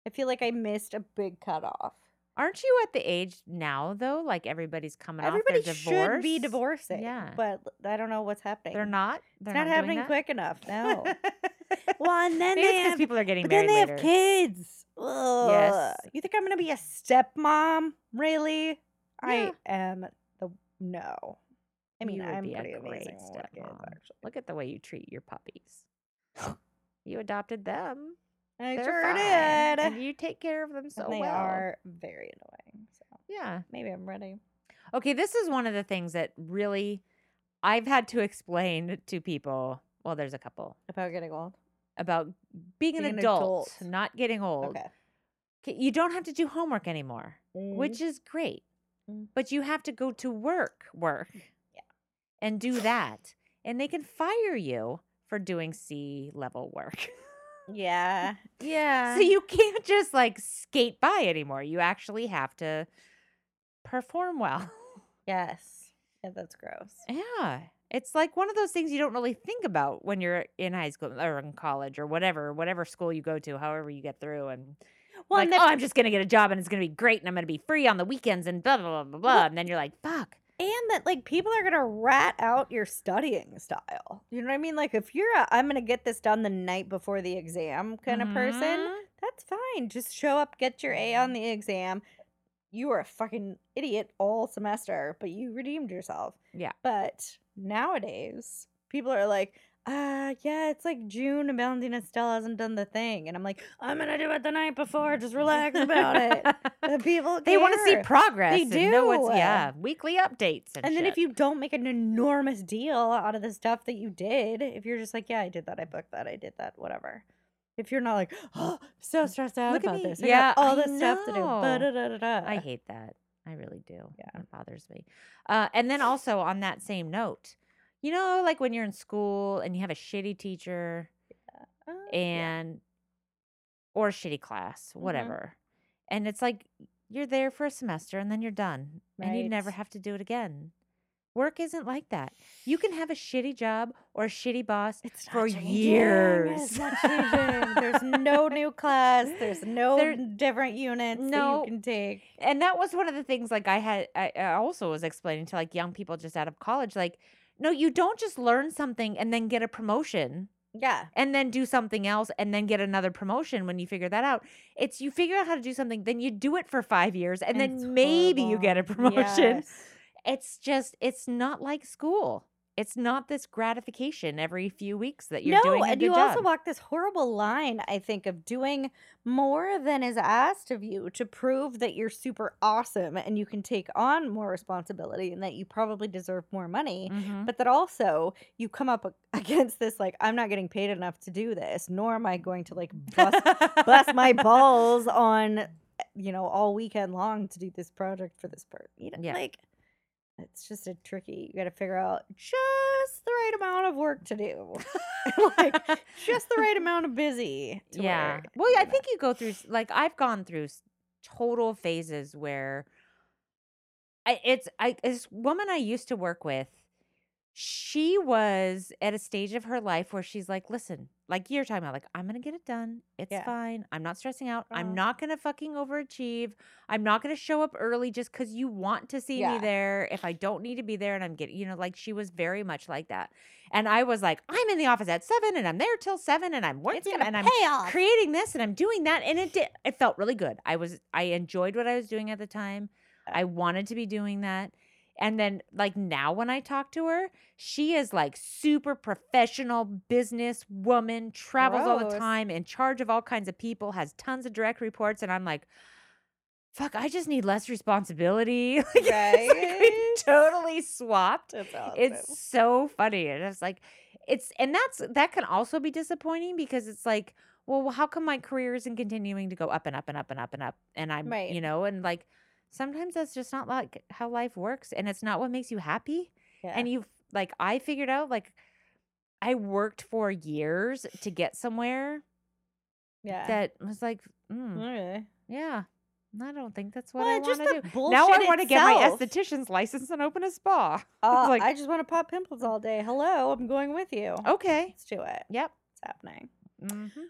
I feel like I missed a big cutoff.
Aren't you at the age now though? Like everybody's coming
Everybody
off their divorce.
should be divorcing,
Yeah.
but I don't know what's happening.
They're not.
It's
They're
not,
doing
happening
that?
quick enough.
[LAUGHS]
No. well, and then
Maybe
they
it's because
have
people are getting
But then
married
they
later.
have kids. Ugh. You think I'm gonna be a stepmom? Really?
Yeah.
I am the no. I mean,
You would
I'm
be a
pretty amazing
great
with kids,
stepmom.
actually.
Look at the way you treat
[GASPS]
your puppies. you adopted them.
I
They're
sure
fine,
did.
And you take care of them so
and they
well.
are very annoying. So
Yeah.
maybe I'm ready.
Okay, this is one of the things that really I've had to explain to people. Well, there's a couple
About getting old.
about being, an,
Being an
adult,
adult.
not getting old.
Okay. Mm-hmm.
K, You don't have to do homework anymore, which is great.
Mm.
But you have to go to work, work.
Mm-hmm. Yeah.
And do that. And they can fire you for doing C level work. Mm,
Yeah. Yeah.
so you can't just like skate by anymore. You actually have to
[LAUGHS]
perform well.
yes. Yeah, that's gross.
Yeah. It's like one of those things you don't really think about when you're in high school or in college or whatever, whatever school you go to, however you get through. And
Well,
like,
and
oh, I'm just going to get a job and it's going to be great and I'm going to be free on the weekends and blah, blah, blah, blah, blah. And then you're like, fuck.
and that like people are gonna rat out your studying style. You know what I mean? Like if you're a I'm gonna get this done the night before the exam kind of person,
Mhm.
that's fine. Just show up, get your A on the exam. You were a fucking idiot all semester, but you redeemed yourself.
Yeah.
But nowadays, people are like, uh, yeah, it's like June and Valentina still hasn't done the thing. And I'm like, I'm going to do it the night before. Just relax about
[LAUGHS]
it. The people
they want to see
care.
progress.
They
and know what's-
do.
yeah, weekly updates. And,
And then if
shit.
you don't make an enormous deal out of the stuff that you did, if you're just like, yeah, I did that, I booked that, I did that, whatever. If you're not like, oh, so stressed out
Mm, Look at
about
me.
this, I
Yeah,
got all
I
this stuff to do.
know.
ba-da-da-da-da." [LAUGHS]
I hate that. I really do.
Yeah.
It bothers me. Uh, and then also on that same note, you know, like when you're in school and you have a shitty teacher
Uh, yeah. Mm-hmm.
and or a shitty class, whatever. And it's like you're there for a semester and then you're done. And you never
Right.
have to do it again. Work isn't like that. You can have a shitty job or a shitty boss.
it's not
for
changing.
years.
It's not changing. There's
[LAUGHS]
no new class. There's no
There-
different units
No.
that you can take.
and that was one of the things like i had I, I also was explaining to like young people just out of college like no you don't just learn something and then get a promotion
Yeah.
and then do something else and then get another promotion when you figure that out it's you figure out how to do something then you do it for five years and,
it's
then maybe you get a
horrible.
[LAUGHS] promotion
Yes.
it's just it's not like school it's not this gratification every few weeks that you're doing a
and
good
you
job.
also walk this horrible line, I think, of doing more than is asked of you to prove that you're super awesome and you can take on more responsibility and that you probably deserve more money. [LAUGHS]
Mhm.
But that also you come up [LAUGHS] a- against this like I'm not getting paid enough to do this, nor am I going to like bust bust
[LAUGHS]
my balls on eh, you know all weekend long to do this project for this part you know
Yeah.
like it's just a tricky you gotta figure out just the right amount of work to do [LAUGHS] like just the right amount of busy to
yeah
where,
well yeah, i
you know,
think you go through s- like i've gone through s- total phases where I, it's i this woman i used to work with she was at a stage of her life where she's like listen like you're talking about like i'm gonna get it done it's
Yeah.
fine i'm not stressing out
Uh-huh.
i'm not gonna fucking overachieve i'm not gonna show up early just because you want to see
Yeah.
me there if i don't need to be there and i'm getting you know like she was very much like that and i was like i'm in the office at seven and i'm there till seven and i'm
it's
working
gonna
and i'm
pay off
creating this and I'm doing that and it did it felt really good. I was I enjoyed what I was doing at the time. I wanted to be doing that. And then like now when I talk to her, she is like super professional business woman, travels all the
Gross.
time, in charge of all kinds of people, has tons of direct reports and I'm like fuck, I just need less responsibility. [LAUGHS] Like, it's like we
Right?
totally swapped
That's awesome.
it's so funny and it's like it's and that's that can also be disappointing because it's like well how come my career isn't continuing to go up and up and up and up and up and i'm
Right.
you know and like sometimes that's just not like how life works and it's not what makes you happy
yeah.
and you've like i figured out like i worked for years to get somewhere
yeah
that was like mm,
okay.
yeah i don't think that's what i
well,
want
just
to do
the bullshit
now i
want
want to get my esthetician's license and open
[LAUGHS]
a spa
uh,
[LAUGHS] like- Oh.
i just want to pop pimples all day hello i'm going with you
okay
let's do it
yep
it's happening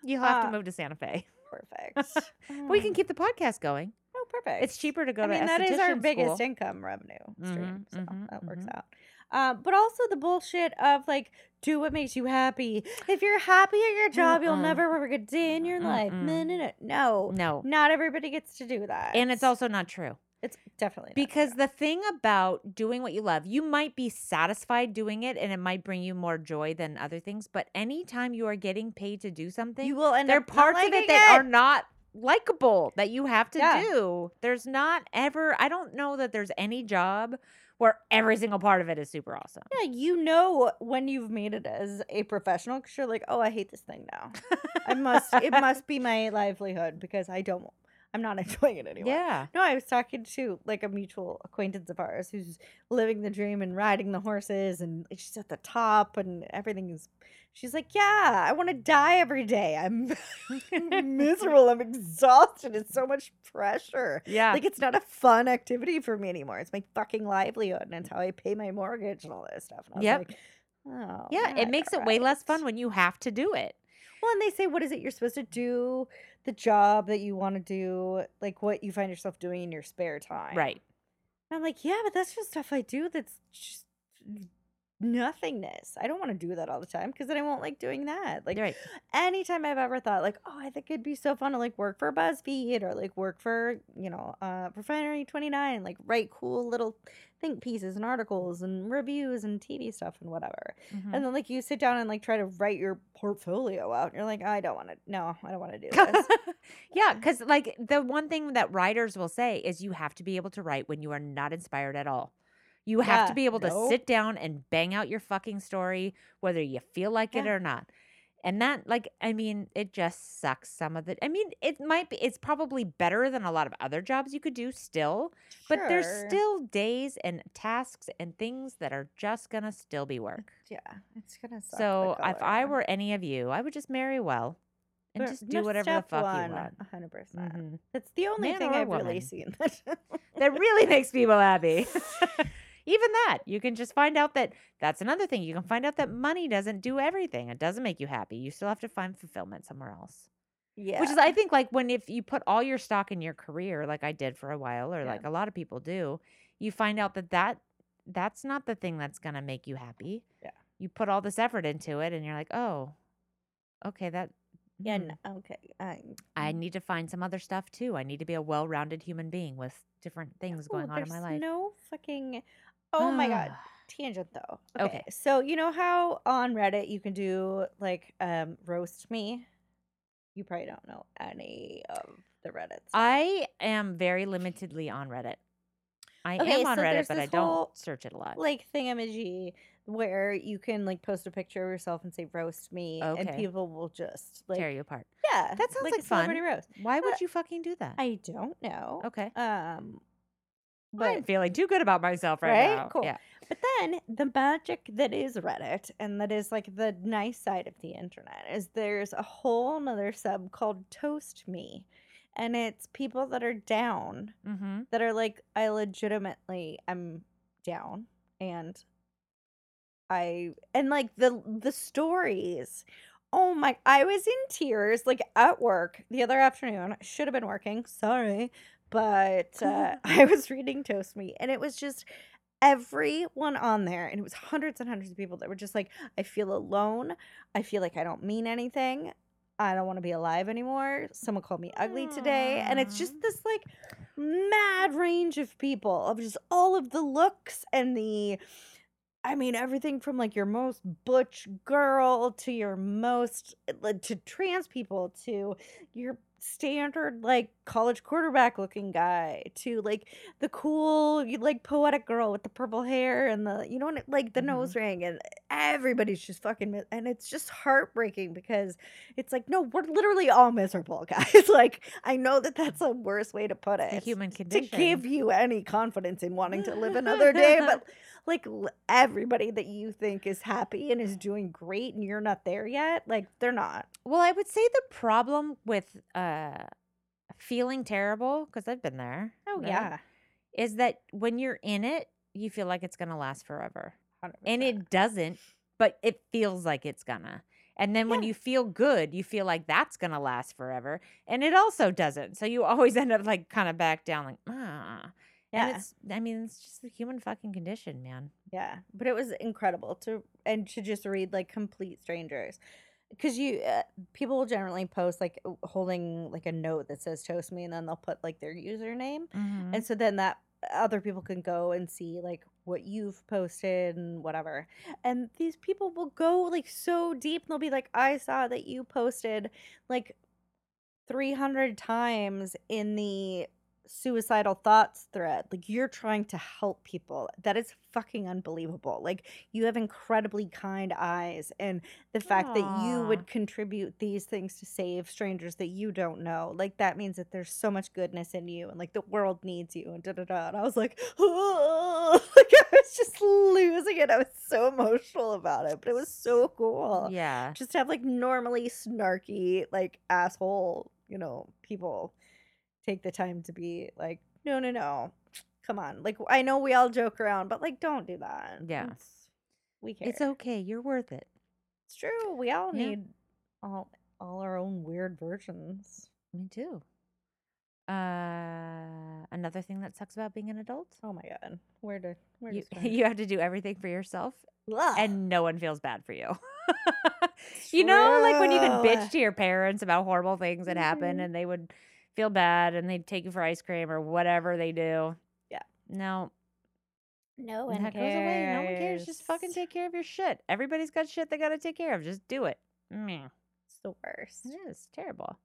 You'll have
Uh,
to move to Santa Fe.
perfect
[LAUGHS] We can
Mm.
keep the podcast going.
Oh, perfect.
It's cheaper to go
I
to
mean, that is our
esthetician
biggest
school.
income revenue stream,
Mhm,
so
mhm,
that works
mhm.
out. Uh, but also the bullshit of like, do what makes you happy. If you're happy at your job, you'll
Mm-mm.
never work a day in your life. No,
Mm-mm.
no, no, no.
No.
Not everybody gets to do that.
And it's also not true.
It's definitely not
Because
true.
the thing about doing what you love, you might be satisfied doing it and it might bring you more joy than other things, but anytime you are getting paid to do something,
you will end
there are
up not
parts of it
liking
that
it.
are not likable that you have to
Yeah.
do. There's not ever I don't know that there's any job where every single part of it is super awesome.
Yeah, you know when you've made it as a professional because you're like, oh, I hate this thing now. I must.
[LAUGHS]
It must be my livelihood because I don't. I'm not [LAUGHS] enjoying it anymore.
Yeah.
No, I was talking to like a mutual acquaintance of ours who's living the dream and riding the horses, and she's at the top, and everything is. She's like, yeah, I want to die every day. I'm [LAUGHS] miserable. I'm exhausted. It's so much pressure.
Yeah.
Like it's not a fun activity for me anymore. It's my fucking livelihood, and it's how I pay my mortgage and all this stuff. And I was
Yep.
like, oh,
yeah,
yeah,
it makes it way less
right.
fun when you have to do it.
Well, and they say, what is it you're supposed to do? The job that you want to do, like what you find yourself doing in your spare time.
Right.
And I'm like, yeah, but that's just stuff I do. That's just nothingness. I don't want to do that all the time because then I won't like doing that. Like
You're right.
anytime I've ever thought like, oh, I think it'd be so fun to like work for BuzzFeed or like work for, you know, uh Refinery 29, like write cool little think pieces and articles and reviews and TV stuff and whatever.
Mhm. [LAUGHS]
And then like you sit down and like try to write your portfolio out and you're like, I don't want to no, I don't want to
[LAUGHS]
do this.
yeah, because like the one thing that writers will say is you have to be able to write when you are not inspired at all. You have
Yeah,
to be able to
nope.
sit down and bang out your fucking story, whether you feel like it
Yeah.
or not. And that, like, I mean, it just sucks. Some of it. I mean, it might be. It's probably better than a lot of other jobs you could do still, but there's
Sure.
still days and tasks and things that are just gonna still be work.
Yeah, it's gonna suck. the
So if I
color.
were any of you, I would just marry well and
But
just do whatever the
step
fuck
one, Mm-hmm.
you want.
100%. percent
Mhm.
That's the only
Man
thing
or
I've really
woman.
seen. That [LAUGHS]
that [LAUGHS] really makes people happy. [LAUGHS] Even that, you can just find out that that's another thing. You can find out that money doesn't do everything. It doesn't make you happy. You still have to find fulfillment somewhere else.
yeah.
Which is, I think, like when if you put all your stock in your career, like I did for a while, or
Yeah.
like a lot of people do, you find out that that that's not the thing that's gonna make you happy.
Yeah.
You put all this effort into it, and you're like, oh, okay, that.
yeah, mm.
hmm,
no, okay. I,
I need to find some other stuff too. I need to be a well-rounded human being with different things
Oh,
going on in my
there's
life. Ah,
No fucking. Oh my
[SIGHS]
god. Tangent though. Okay.
Okay.
So you know how on Reddit you can do like um roast me. You probably don't know any of the Reddits.
I am very limitedly on Reddit. I
Okay,
am on
so
Reddit,
there's
but I
this
don't
whole,
search it a lot.
like thingamajig where you can like post a picture of yourself and say roast me, and
Okay.
people will just like
Tear you apart.
yeah,
That sounds
a
like fun.
celebrity roast.
Why
uh,
would you fucking do that?
I don't know.
okay.
Um,
I'm feeling too good about myself right,
Right?
now.
Cool.
Yeah.
But then the magic that is Reddit and that is like the nice side of the internet is there's a whole nother sub called Toast Me. And it's people that are down
Mm-hmm.
that are like, I legitimately am down and I and like the the stories. Oh my I was in tears like at work the other afternoon. Should have been working. Sorry. But uh, I was reading Toast Me and it was just everyone on there and it was hundreds and hundreds of people that were just like I feel alone. I feel like I don't mean anything. I don't want to be alive anymore. Someone called me ugly today and it's just
Aw.
this like mad range of people of just all of the looks and the I mean everything from like your most butch girl to your most like, to trans people to your standard like college quarterback looking guy to like the cool you- like poetic girl with the purple hair and the you know and it- like the
Mhm.
nose ring and everybody's just fucking mi- and it's just heartbreaking because it's like no we're literally all miserable [LAUGHS] guys like I know that that's a worse way to put it
The human
to
condition.
give you any confidence in wanting to
[LAUGHS]
live another day but like l- everybody that you think is happy and is doing great and you're not there yet like they're not
Well, I would say the problem with uh feeling terrible, because I've been there.
Oh,
right, Is that when you're in it, you feel like it's gonna last forever.
100%.
and it doesn't but it feels like it's gonna and then when
Yeah.
you feel good you feel like that's gonna last forever and it also doesn't so you always [LAUGHS] end up like kind of back down like ah
yeah
and it's i mean it's just the human fucking condition man
yeah but it was incredible to and to just read like complete strangers because you uh, people will generally post like uh, holding like a note that says toast me and then they'll put like their username
Mhm.
and so then that other people can go and see like what you've posted and whatever and these people will go like so deep and they'll be like i saw that you posted like 300 times in the suicidal thoughts thread like you're trying to help people that is fucking unbelievable like you have incredibly kind eyes and the fact that you
Aw.
would contribute these things to save strangers that you don't know like that means that there's so much goodness in you and like the world needs you and da da da and i was like [LAUGHS] like i was just losing it i was so emotional about it but it was so cool
yeah.
just to have like normally snarky like asshole you know people take the time to be like no no no come on like i know we all joke around but like don't do that
Yeah.
It's- we care
It's okay. You're worth it.
it's true we all
Yeah.
need all all our own weird versions
Me too. Uh, another thing that sucks about being an adult,
oh my god where to where
you, [LAUGHS]
to start?
you have to do everything for yourself,
Ugh,
and no one feels bad for you. [LAUGHS] you know, like when you can
true.
bitch to your parents about horrible things that happen,
Mhm.
and they would feel bad, and they'd take you for ice cream or whatever they do.
Yeah.
No,
no one
that
cares.
goes away. No one cares. Just fucking take care of your shit. Everybody's got shit they gotta take care of. Just do it. Meh.
it's the worst
It is terrible.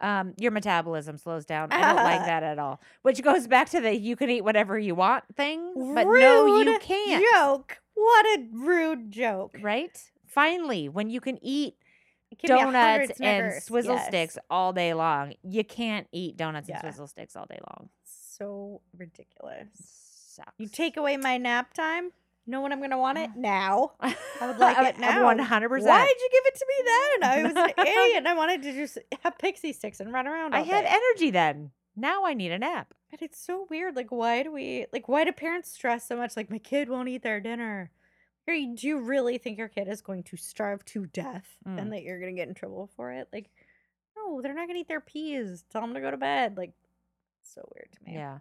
Um, your metabolism slows down. I
[LAUGHS]
don't like that at all. Which goes back to the you can eat whatever you want thing, but no, you
Rude
can't.
joke what a rude joke
Right? Finally, when you can eat
Give me a hundred
donuts and
Snickers,
swizzle
yes.
sticks all day long, you can't eat donuts
Yeah.
and swizzle sticks all day long.
so ridiculous.
Sucks.
You
[LAUGHS]
take away my nap time? Know when I'm going to want
Mm.
it? Now.
I
would like it now.
One hundred
Why
percent.
did you give it to me
[LAUGHS]
then? I was an idiot and I wanted to just have pixie sticks and run around.
I
all
had
day.
energy then. Now I need a nap.
But it's so weird. Like, why do we, like, why do parents stress so much? Like, my kid won't eat their dinner. Or you- do you really think your kid is going to starve to death
Mm.
and that you're going to get in trouble for it? Like, no, they're not going to eat their peas. Tell them to go to bed. Like, so weird to me.
Yeah,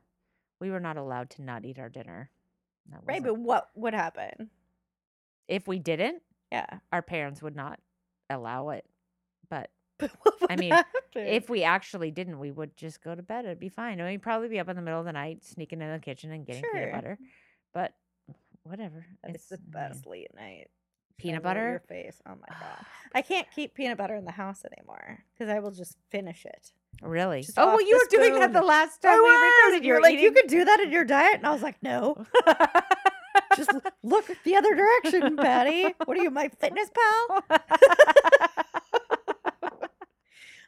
we were not allowed to not eat our dinner. That
Right,
wasn't-
but what would happen?
if we didn't,
Yeah. [LAUGHS]
our parents would not allow it. But
But what would
I mean,
happen?
if we actually didn't, we would just go to bed. It'd be fine. I mean, we'd probably be up in the middle of the night, sneaking in the kitchen and getting
Sure.
peanut butter. But whatever.
It's the
I mean,
best late night.
mm. Peanut
shovel in Your
butter. Ah,
face. Oh my god. I can't keep peanut butter in the house anymore because I will just finish it.
[SIGHS] Really?
Just
oh, well,
off
you
the
were doing that the
spoon.
last time we recorded.
You
were
were like, you
eating-
could do that in your diet, and I was like,
[LAUGHS]
no. Just l- look the other direction, Patty. What are you, my fitness pal?
[LAUGHS]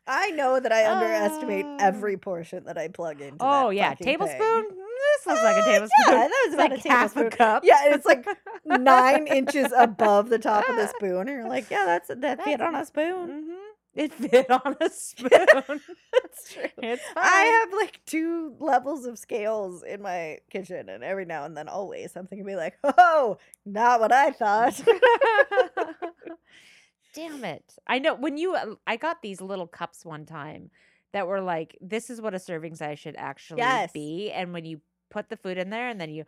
I know that I underestimate
Oh.
every portion that I plug into. that
oh yeah,
fucking thing.
tablespoon. [LAUGHS] This looks like a
Uh,
tablespoon.
Yeah, that was
[LAUGHS] It's
about
like
a
half a
tablespoon.
cup.
[LAUGHS] Yeah, and it's like nine inches above the top
[LAUGHS]
of the spoon, and you're like, yeah, that's that fit
That's-
on a spoon. [LAUGHS]
hmm It fit on a [LAUGHS] spoon.
That's true.
it's fine.
I have like two levels of scales in my kitchen, and every now and then, always something can be like, "Oh, not what I
[LAUGHS]
thought." [LAUGHS]
Damn it. I know when you uh, I got these little cups one time that were like this is what a serving size should actually
Yes.
be and when you put the food in there and then you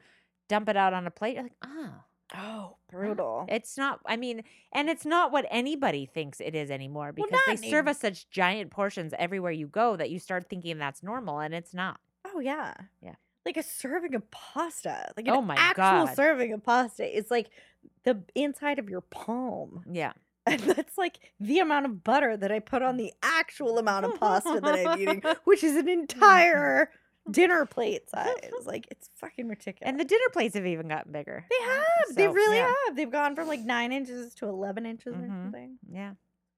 dump it out on a plate you're like oh
oh, brutal!
it's not I mean and it's not what anybody thinks it is anymore
Well,
because they
not
serve
any-
us such giant portions everywhere you go that you start thinking that's normal and it's not.
oh yeah,
Yeah.
Like a serving of pasta, like an
Oh my
actual
God.
serving of pasta is like the inside of your palm, [LAUGHS]
[LAUGHS] Yeah.
and that's like the amount of butter that I put on the actual amount of pasta that I'm
[LAUGHS]
eating, which is an entire dinner plate size. Like it's fucking ridiculous.
And the dinner plates have even gotten bigger.
They have. they
So,
really
yeah.
have. They've gone from like nine inches to eleven inches or
Mhm.
something.
Yeah.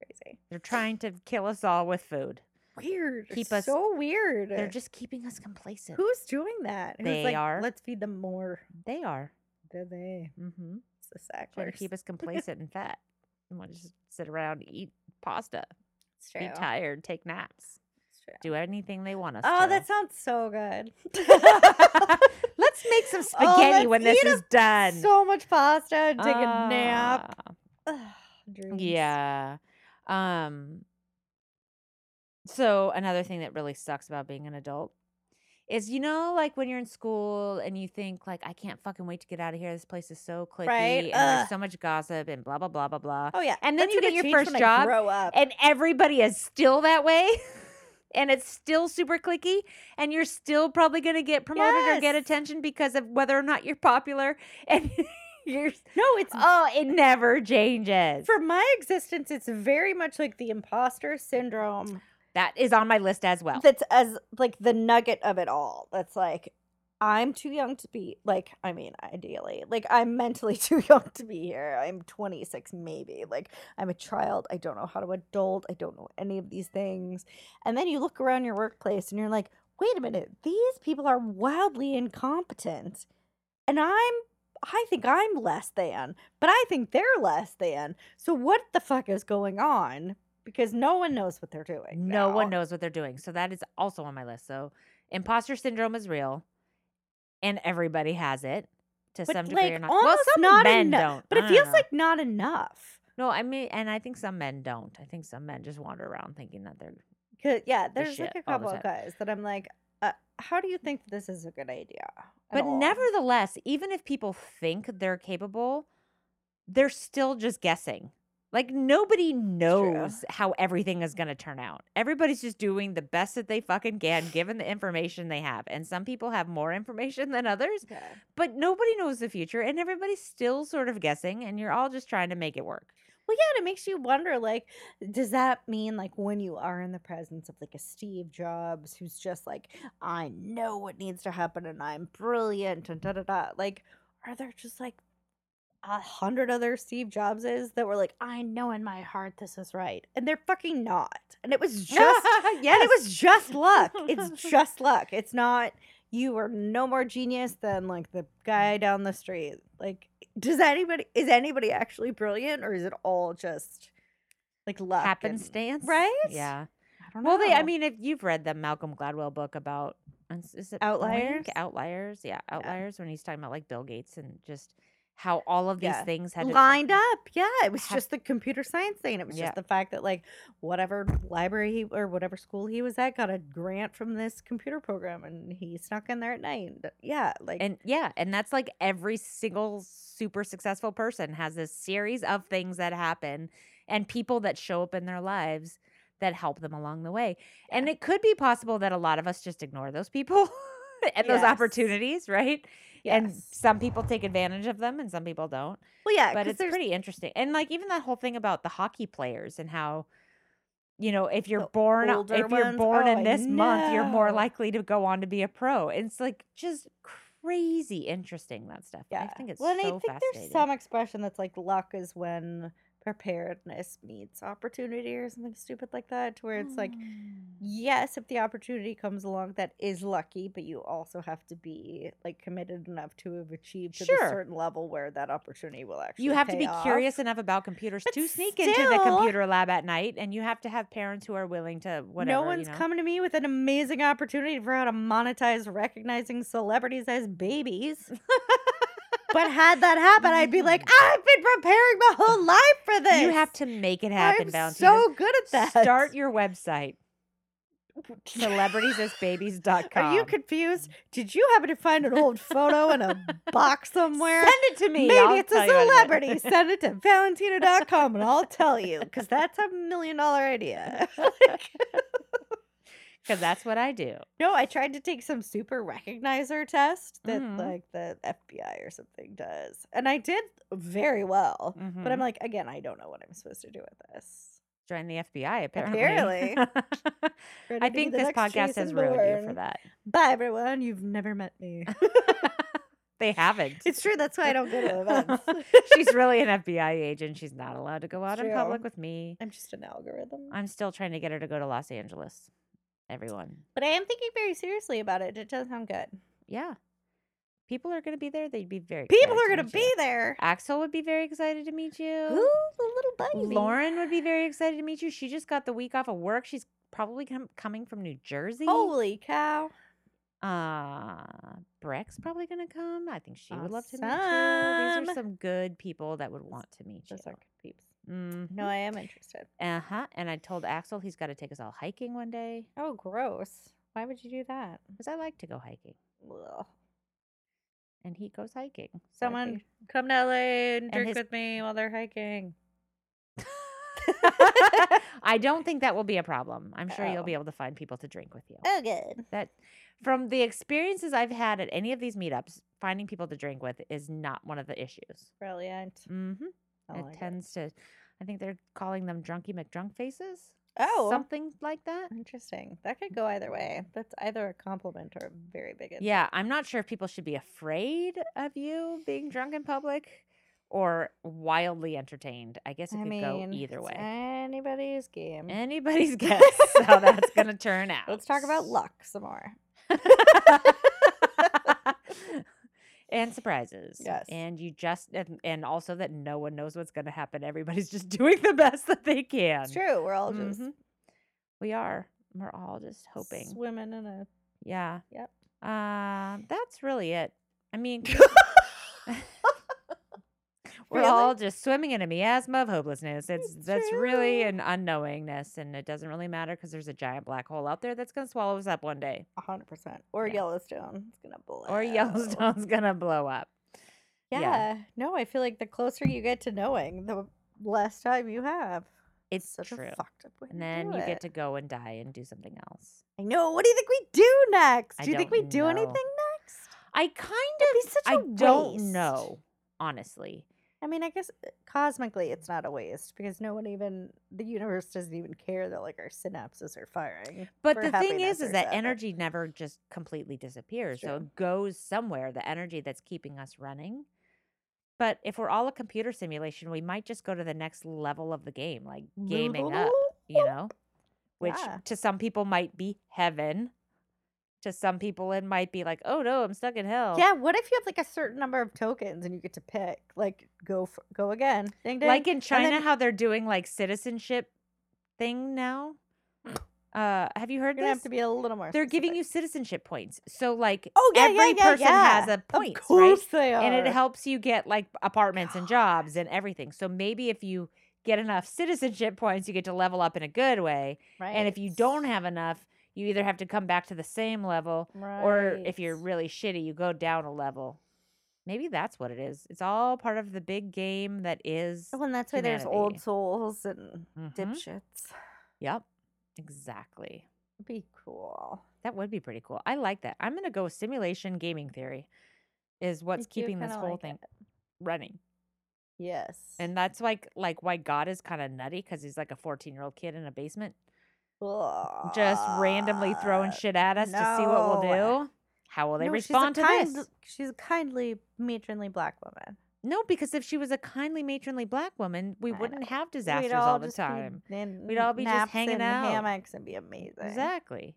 Crazy.
They're trying to kill us all with food.
Weird.
Keep
Keep
us-
us so weird.
They're just keeping us complacent.
Who's doing that? Who's
They
like,
are.
Let's feed them more.
They are.
They're they.
Mm-hmm.
It's the sack.
Trying to keep [LAUGHS] us complacent and fat. And want to just sit around, eat pasta,
It's
be
true.
tired, take naps,
It's true.
do anything they want us
Oh,
to.
that sounds so good.
[LAUGHS] let's
[LAUGHS]
make [LAUGHS] some
Oh,
spaghetti
let's
when this
eat a-
is done.
so much pasta. and Take a nap.
Ah,
Ugh, [SIGHS] dreams.
Yeah. Um. So another thing that really sucks about being an adult is you know like when you're in school and you think like I can't fucking wait to get out of here. This place is so clicky and
Ugh.
there's so much gossip and blah blah blah blah blah.
Oh yeah.
And then
That's
you
gonna
get your
change
first
when I
job,
grow up.
and everybody is still that way. [LAUGHS] And it's still super clicky, and you're still probably going to get promoted or get
Yes.
attention because of whether or not you're popular. [LAUGHS] And you're,
no, it's
oh, it never changes.
for my existence. It's very much like the imposter syndrome.
that is on my list as well.
That's as like the nugget of it all. That's like. I'm too young to be like I mean ideally like I'm mentally [LAUGHS] too young to be here. I'm 26 maybe. Like I'm a child. I don't know how to adult. I don't know any of these things. And then you look around your workplace and you're like, "Wait a minute. These people are wildly incompetent." And I'm I think I'm less than, but I think they're less than. So what the fuck is going on? Because no one knows what they're doing.
no one
now.
knows what they're doing. So that is also on my list. So imposter syndrome is real, and everybody has it to
But,
some degree
like,
or not. well,
almost
some
not
men
eno-
don't,
But
I
it
don't
feels
know.
like not enough.
no. I mean, and I think some men don't. I think some men just wander around thinking that they're
Cause yeah, there's like
shit
a
all the
couple of guys that I'm like, uh, how do you think this is a good idea? at
But
all?"
nevertheless, even if people think they're capable, they're still just guessing. Like nobody
true.
knows how everything is going to turn out. Everybody's just doing the best that they fucking can given the information they have. And some people have more information than others,
Yeah.
but nobody knows the future and everybody's still sort of guessing and you're all just trying to make it work.
Well, yeah, and it makes you wonder. Like, does that mean like when you are in the presence of like a Steve Jobs who's just like, I know what needs to happen and I'm brilliant and da da da. Like, are there just like a hundred other Steve Jobses that were like, I know in my heart this is right, and they're fucking not. And it [LAUGHS] was just
[LAUGHS] yes.
And it was just luck.
[LAUGHS]
It's just luck. It's not you are no more genius than like the guy down the street. Like does anybody is anybody actually brilliant or is it all just like luck? and-
happenstance.
Right?
Yeah.
I don't
Well, they, I
know.
mean, if you've read the Malcolm Gladwell book about is is it Blink?
Outliers?
outliers, yeah, outliers. When he's talking about like Bill Gates and just how all of these
Yeah.
things had to-
lined up. Yeah, it was
Hap-
just the computer science thing. It was
Yeah.
just the fact that like whatever library he, or whatever school he was at got a grant from this computer program and he snuck in there at night. Yeah, like
and yeah, and that's like every single super successful person has this series of things that happen and people that show up in their lives that help them along the way. And it could be possible that a lot of us just ignore those people [LAUGHS] and those
Yes.
opportunities, right? And
yes.
some people take advantage of them and some people don't.
well, yeah,
but
'cause
it's
there's
pretty interesting. And like even that whole thing about the hockey players and how you know if you're
The
born uh,
older
if you're
ones,
born
oh, I
in this month you're more
know.
likely to go on to be a pro. And it's like just crazy interesting that stuff. And I think it's
well, and
so
I think there's
fascinating.
some expression that's like luck is when preparedness meets opportunity or something stupid like that, to where it's like,
Mm.
yes, if the opportunity comes along, that is lucky, but you also have to be like committed enough to have achieved to
Sure.
a certain level where that opportunity will actually.
you have to
pay
be
off.
curious enough about computers
But
to sneak into the
still-
computer lab at night and you have to have parents who are willing to whatever
no one's
you know?
coming to me with an amazing opportunity for how to monetize recognizing celebrities as
[LAUGHS]
babies. but had that happen, I'd be like, I've been preparing my whole life for this.
you have to make it happen
I'm
Valentina.
so good at that.
[LAUGHS] Start
[LAUGHS]
your website. Celebritiesasbabies.com.
[LAUGHS] Are you confused? Did you happen to find an old photo in a box somewhere?
[LAUGHS] Send it to me.
Maybe
I'll
it's a
tell you what it
celebrity.
[LAUGHS] is.
Send it to valentina.com and I'll tell you because that's a million dollar idea. [LAUGHS]
Because that's what I do.
no, I tried to take some super recognizer test that
Mhm.
like the FBI or something does. And I did very well. But I'm
Mhm.
like, again, I don't know what I'm supposed to do with this.
join the FBI apparently. [LAUGHS]
Apparently. Ready
I
to be
think
the
this
next
podcast has
Jason
ruined you for
Bourne.
that.
Bye, everyone. You've never met me.
They
[LAUGHS]
haven't.
It's true. That's why I don't go [LAUGHS] to events.
She's really an FBI agent. She's not allowed to go out in public
True.
with me.
I'm just an algorithm.
I'm still trying to get her to go to Los Angeles. Everyone.
But I am thinking very seriously about it. It does sound good.
Yeah. People are going to be there. They'd be very
People
excited
are going to
meet
be
you.
there.
Axel would be very excited to meet you.
Ooh, the little baby.
Lauren would be very excited to meet you. She just got the week off of work. She's probably com- coming from New Jersey.
Holy cow.
Uh, Breck's probably going to come. I think she would love to meet you. These are
Awesome.
some good people that would want to meet you. Uh-huh,
Those are good peeps.
Mm.
No, I am interested.
Uh huh. And I told Axel he's got to take us all hiking one day.
Oh, gross. Why would you do that?
because I like to go hiking,
Ugh.
and he goes hiking. so I
Someone
figured-
come to LA and drink
his-
with me while they're hiking.
[LAUGHS] I don't think that will be a problem. I'm sure
Oh.
you'll be able to find people to drink with you.
Oh, good.
That, from the experiences I've had at any of these meetups, finding people to drink with is not one of the issues.
Brilliant.
hmm
Mm-hmm. I
it
like it.
tends to, I think they're calling them drunky McDrunk faces.
Oh,
something like that.
interesting. That could go either way. That's either a compliment or a very big insult.
Yeah, I'm not sure if people should be afraid of you being drunk in public or wildly entertained. I guess it
I
could
mean,
go either
it's
way.
anybody's game. [LAUGHS]
Anybody's guess how that's going to turn out.
Let's talk about luck some more.
[LAUGHS] and surprises.
Yes.
And you just and, and also that no one knows what's going to happen. Everybody's just [LAUGHS] doing the best that they can.
It's true. We're all just
Mhm. We are. We're all just hoping.
swimming in a.
Yeah.
Yep.
Um, that's really it.
[LAUGHS]
I mean, we're
Really?
all just swimming in a miasma of hopelessness. It's
It's
that's really
true.
an unknowingness, and it doesn't really matter because there's a giant black hole out there that's gonna swallow us up one day,
a hundred percent. Or
Yeah.
Yellowstone. It's gonna blow.
or Yellowstone's gonna blow up.
Yeah.
[LAUGHS] Yeah.
No, I feel like the closer you get to knowing, the less time you have.
It's
Such
true.
a fucked up way. to
And then
do
you
it.
get to go and die and do something else.
I know. What do you think we do next?
I
Do you think we
don't
do
know.
anything next?
I kind
That'd be
of,
such
I
a waste.
don't know, honestly.
I mean, I guess uh, cosmically it's not a waste because no one even the universe doesn't even care that like our synapses are firing.
But
for
the thing
happiness
is, is
or
that
sadness.
energy never just completely disappears. So
true.
it goes somewhere, the energy that's keeping us running. But if we're all a computer simulation, we might just go to the next level of the game, like
[LAUGHS]
gaming up, you know? Which
Yeah.
to some people might be heaven. To some people, it might be like, oh no, I'm stuck in hell.
Yeah, what if you have like a certain number of tokens and you get to pick? Like, go f go again. Ding ding.
Like in China,
then-
how they're doing like citizenship thing now. Uh, have you heard
you're gonna have
this?
to be a little more.
they're giving you
specific.
citizenship points. So like
Oh yeah,
every
yeah, yeah,
person
yeah.
has a point,
Of
right?
course they are.
And it helps you get like apartments
[GASPS]
and
God.
jobs and everything. So maybe if you get enough citizenship points, you get to level up in a good way.
Right.
And if you don't have enough, you either have to come back to the same level
right.
or if you're really shitty, you go down a level. Maybe that's what it is. It's all part of the big game that is.
Oh, and that's why there's old
humanity.
souls and
Mhm.
dipshits.
Yep. Exactly.
Be cool.
That would be pretty cool. I like that. I'm gonna go with simulation gaming theory is what's
You do
keeping this
kinda
whole
like
thing
it.
running.
Yes.
And that's like like why God is kind of nutty because he's like a 14 year old kid in a basement, just randomly throwing
Ugh.
shit at us to see what
Uh, no.
we'll do. How will they
No, she's a
respond to
kind-
this?
She's a kindly, matronly black woman.
No, because if she was a kindly, matronly black woman, we
I know.
wouldn't have disasters
We'd
all,
all
the
just
time.
Be in
We'd all be just
naps
hanging
and
out.
hammocks and be amazing.
Exactly.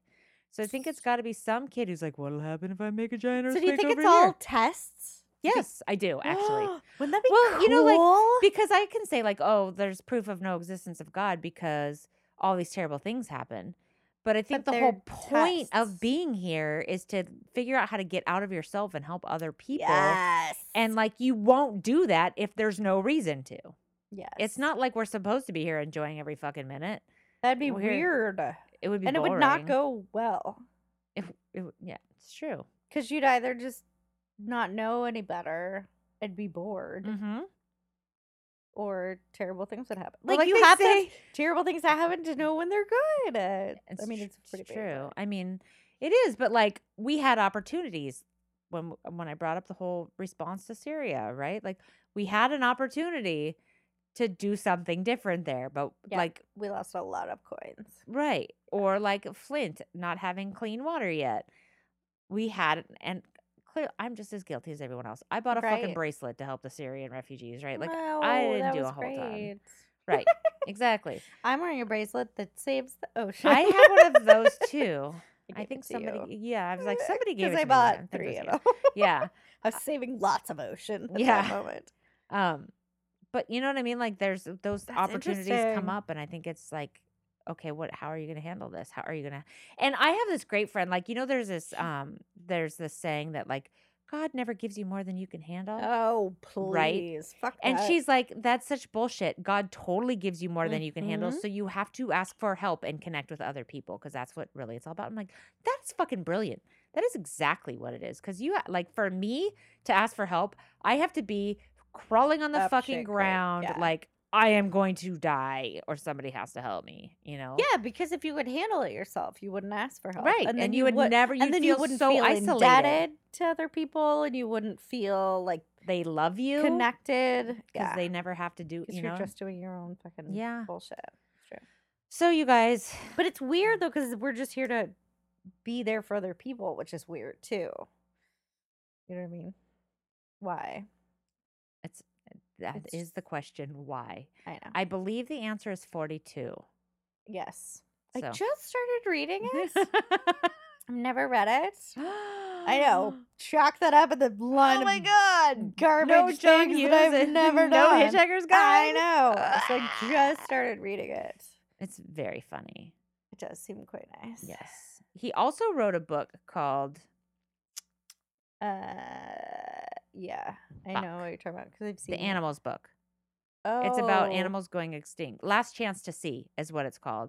So I think it's got to be some kid who's like, "What'll happen if I make a giant
So
earthquake
do you think
over
it's
here?"
all tests?
yes, I do
[GASPS]
actually.
Wouldn't that be
Well,
cool?
you know, like, because I can say like, oh, there's proof of no existence of God because all these terrible things happen. But I think
But
the
they're
whole point
tests.
of being here is to figure out how to get out of yourself and help other people.
yes.
And like you won't do that if there's no reason to.
yes.
It's not like we're supposed to be here enjoying every fucking minute.
That'd be
we're-
weird.
It would be
And it would not
boring.
go well.
It, it, would- yeah, it's true.
Because you'd either just not know any better and be bored,
Mm-hmm.
or terrible things would happen.
Well,
Like,
like
you
they
have
say-
to terrible things that happen to know when they're good. Uh, I mean,
tr-
it's pretty basic.
true. I mean, it is, but like we had opportunities when w- when I brought up the whole response to Syria, right? Like we had an opportunity to do something different there, but
Yeah.
like
We lost a lot of coins.
right or like Flint not having clean water yet. We had and clear. I'm just as guilty as everyone else. I bought a
Right.
fucking bracelet to help the Syrian refugees, right? Like
[LAUGHS] Wow,
didn't
that
do a
was
whole ton.
great.
right, exactly.
I'm wearing a bracelet that saves the ocean. [LAUGHS]
I had one of those too. I
gave
think
it to
somebody,
you.
yeah, I was like, somebody gave
[LAUGHS] 'Cause
it to
Eh, I
me.
bought
I think it was
three
you.
of them. [LAUGHS]
yeah
I was saving lots of ocean at
Yeah.
that [LAUGHS] moment.
um but you know what i mean like there's those
That's
opportunities
interesting.
come up and i think it's like okay what how are you going to handle this how are you going to and i have this great friend like you know there's this um there's this saying that like God never gives you more than you can handle.
Oh, please.
Right?
Fuck
And
that.
she's like, that's such bullshit. God totally gives you more than you can handle.
Mhm.
So you have to ask for help and connect with other people because that's what really it's all about. I'm like, that's fucking brilliant. That is exactly what it is. Because you, ha- like, for me to ask for help, I have to be crawling on the
Up
fucking
shit creek,
ground,
yeah.
like, I am going to die or somebody has to help me, you know?
Yeah, because if you could handle it yourself, you wouldn't ask for help.
Right. And, you, would, never, you'd
and then
feel
you wouldn't
so
feel
isolated.
indebted to other people, and you wouldn't feel like
They love you.
connected.
Because
Yeah,
they never have to do,
'Cause
you
you're
know?
just doing your own fucking
Yeah.
bullshit. It's true.
So, you guys, [SIGHS]
But it's weird though, because we're just here to be there for other people, which is weird too. You know what I mean? Why?
that is
It's-
the question. Why?
I know.
I believe the answer is 42.
yes. I
So. [GASPS]
just started
[LAUGHS]
reading it. I've never read it. I
[GASPS]
know. Chalk that up at the line
oh my
of
god.
garbage
No John
things
Hughes
that I've
[LAUGHS] and
never
no
done.
Hitchhiker's
I
Guide.
know. So I
[SIGHS]
just started reading it.
It's very funny.
It does seem quite nice.
Yes. [SIGHS] He also wrote a book called
Uh, yeah. I
Fuck.
know what you're talking about because I've seen
The
it.
Animals Book. It's about
Oh,
animals going extinct. Last Chance to See is what it's called.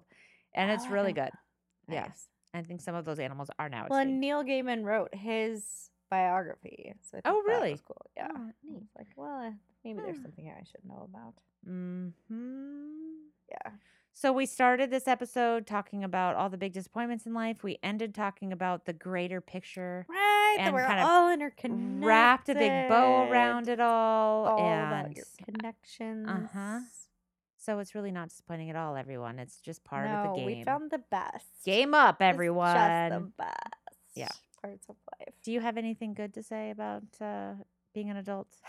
And it's
Oh, I
really
don't
good. Yeah.
nice.
I think some of those animals are now
Well, and
extinct.
Neil Gaiman wrote his biography. So I
Oh,
think that
really?
was cool. Yeah.
Oh,
I was
neat.
like, well, uh, maybe there's
Huh.
something here I should know about.
Mhm.
Yeah.
So we started this episode talking about all the big disappointments in life. We ended talking about the greater picture.
Right.
And
that we're
kind of
all interconnected.
Wrapped a big bow around it all,
All
and Uh-huh.
about your connections.
so it's really not disappointing at all, everyone. It's just part
no,
of the game.
we found the best.
game up,
It's Just
everyone.
the best.
Yeah.
Parts of life.
Do you have anything good to say about uh, being an adult,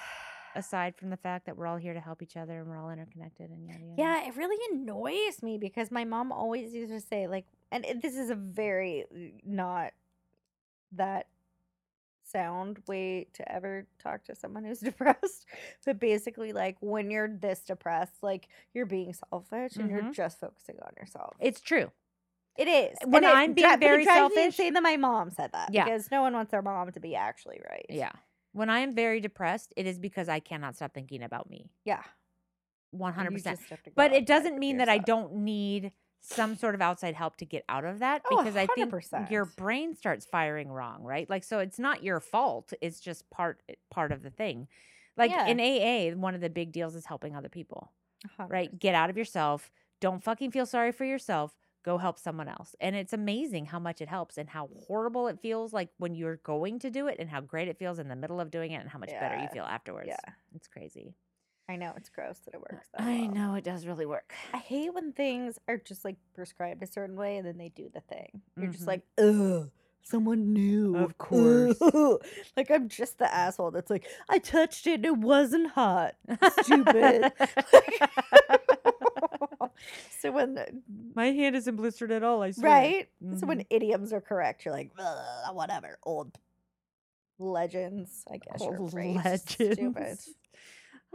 aside from the fact that we're all here to help each other and we're all interconnected and yada yada?
Yeah, it really annoys me because my mom always used to say, like, and it- this is a very uh, not that sound way to ever talk to someone who's [LAUGHS] depressed, but basically, like, when you're this depressed, like, you're being selfish and you're
Mhm.
just focusing on yourself.
It's true.
It is.
When
it
I'm being
dri- but it
very
drives me
selfish-
insane that my mom said that
Yeah.
because no one wants their mom to be actually right.
Yeah. When I am very depressed, it is because I cannot stop thinking about me.
Yeah. and you
100%.
just have to go
But it
outside
doesn't
of
mean that I
yourself.
don't need some sort of outside help to get out of that
Oh,
because I think your
100%.
brain starts firing wrong, right? Like so it's not your fault, it's just part eh, part of the thing. Like
Yeah.
in AA, one of the big deals is helping other people,
A hundred
right? Get out of yourself. Don't fucking feel sorry for yourself. Go help someone else. And it's amazing how much it helps and how horrible it feels like when you're going to do it and how great it feels in the middle of doing it and how much better you
Yeah.
feel afterwards.
Yeah.
It's crazy.
I know it's gross that it works. That
I
well.
know it does really work.
I hate when things are just like prescribed a certain way and then they do the thing. You're
Mhm.
just like, ugh, someone new.
Of course.
ugh." Like [LAUGHS] I'm just the asshole that's like, I touched it and it wasn't hot. [LAUGHS] Stupid. so when
My hand isn't blistered at all. I
right? So when idioms are correct, you're like, "Ugh, whatever, old legends. I guess you're
Old
right. Stupid.
legends. [LAUGHS]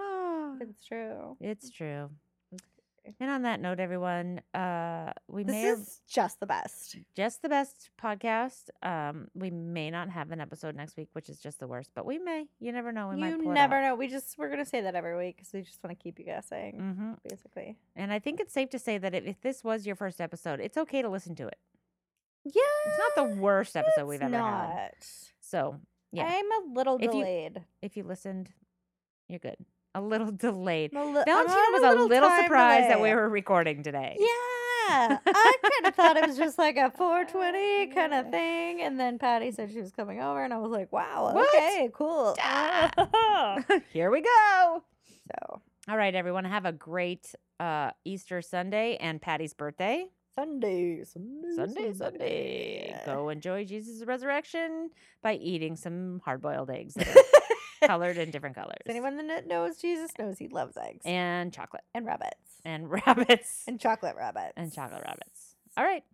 Ah,
[LAUGHS] It's true.
it's true.
Okay.
And on that note, everyone, uh, we may
This
have
is just the best.
just the best podcast. Um, we may not have an episode next week, which is just the worst, but we may. You never know. We might
you
pull
never know. Oh, We just we're gonna say that every week because we just want to keep you guessing,
hmm
basically.
And I think it's safe to say that if, if this was your first episode, it's okay to listen to it.
Yeah,
It's not the worst episode we've
it's
ever had.
not.
So yeah.
I'm a little
If you-
delayed.
if you listened, you're good. A little [LAUGHS] delayed.
I'm a li- I'm
Valentina
on
was a little,
time
surprised that we
delay.
were recording today.
Yeah, I kind of thought it was just like a
[LAUGHS]
420 kind of thing, and then Patty said she was coming over, and I was like, "Wow,
What?
okay, cool."
Ah. [LAUGHS] Here we go.
So
All right, everyone, have a great uh, Easter Sunday and Patty's birthday.
Sunday, Sunday,
Sunday, Sunday. Go enjoy Jesus' resurrection by eating some hard boiled eggs that are colored in different colors.
Anyone that knows Jesus knows he loves eggs and,
And chocolate.
rabbits and,
And [LAUGHS] rabbits. And,
chocolate rabbits
chocolate rabbits. All right.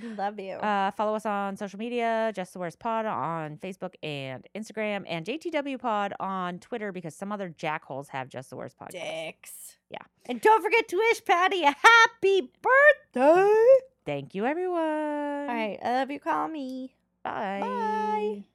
We love you.
Uh, follow us on social media, Just the Worst Pod on Facebook and Instagram, and JTW Pod on Twitter because some other jackholes have Just the Worst Pod.
dicks.
Yeah.
And don't forget to wish Patty a happy birthday.
Thank you, everyone.
All right. I love you. Call me.
Bye.
Bye.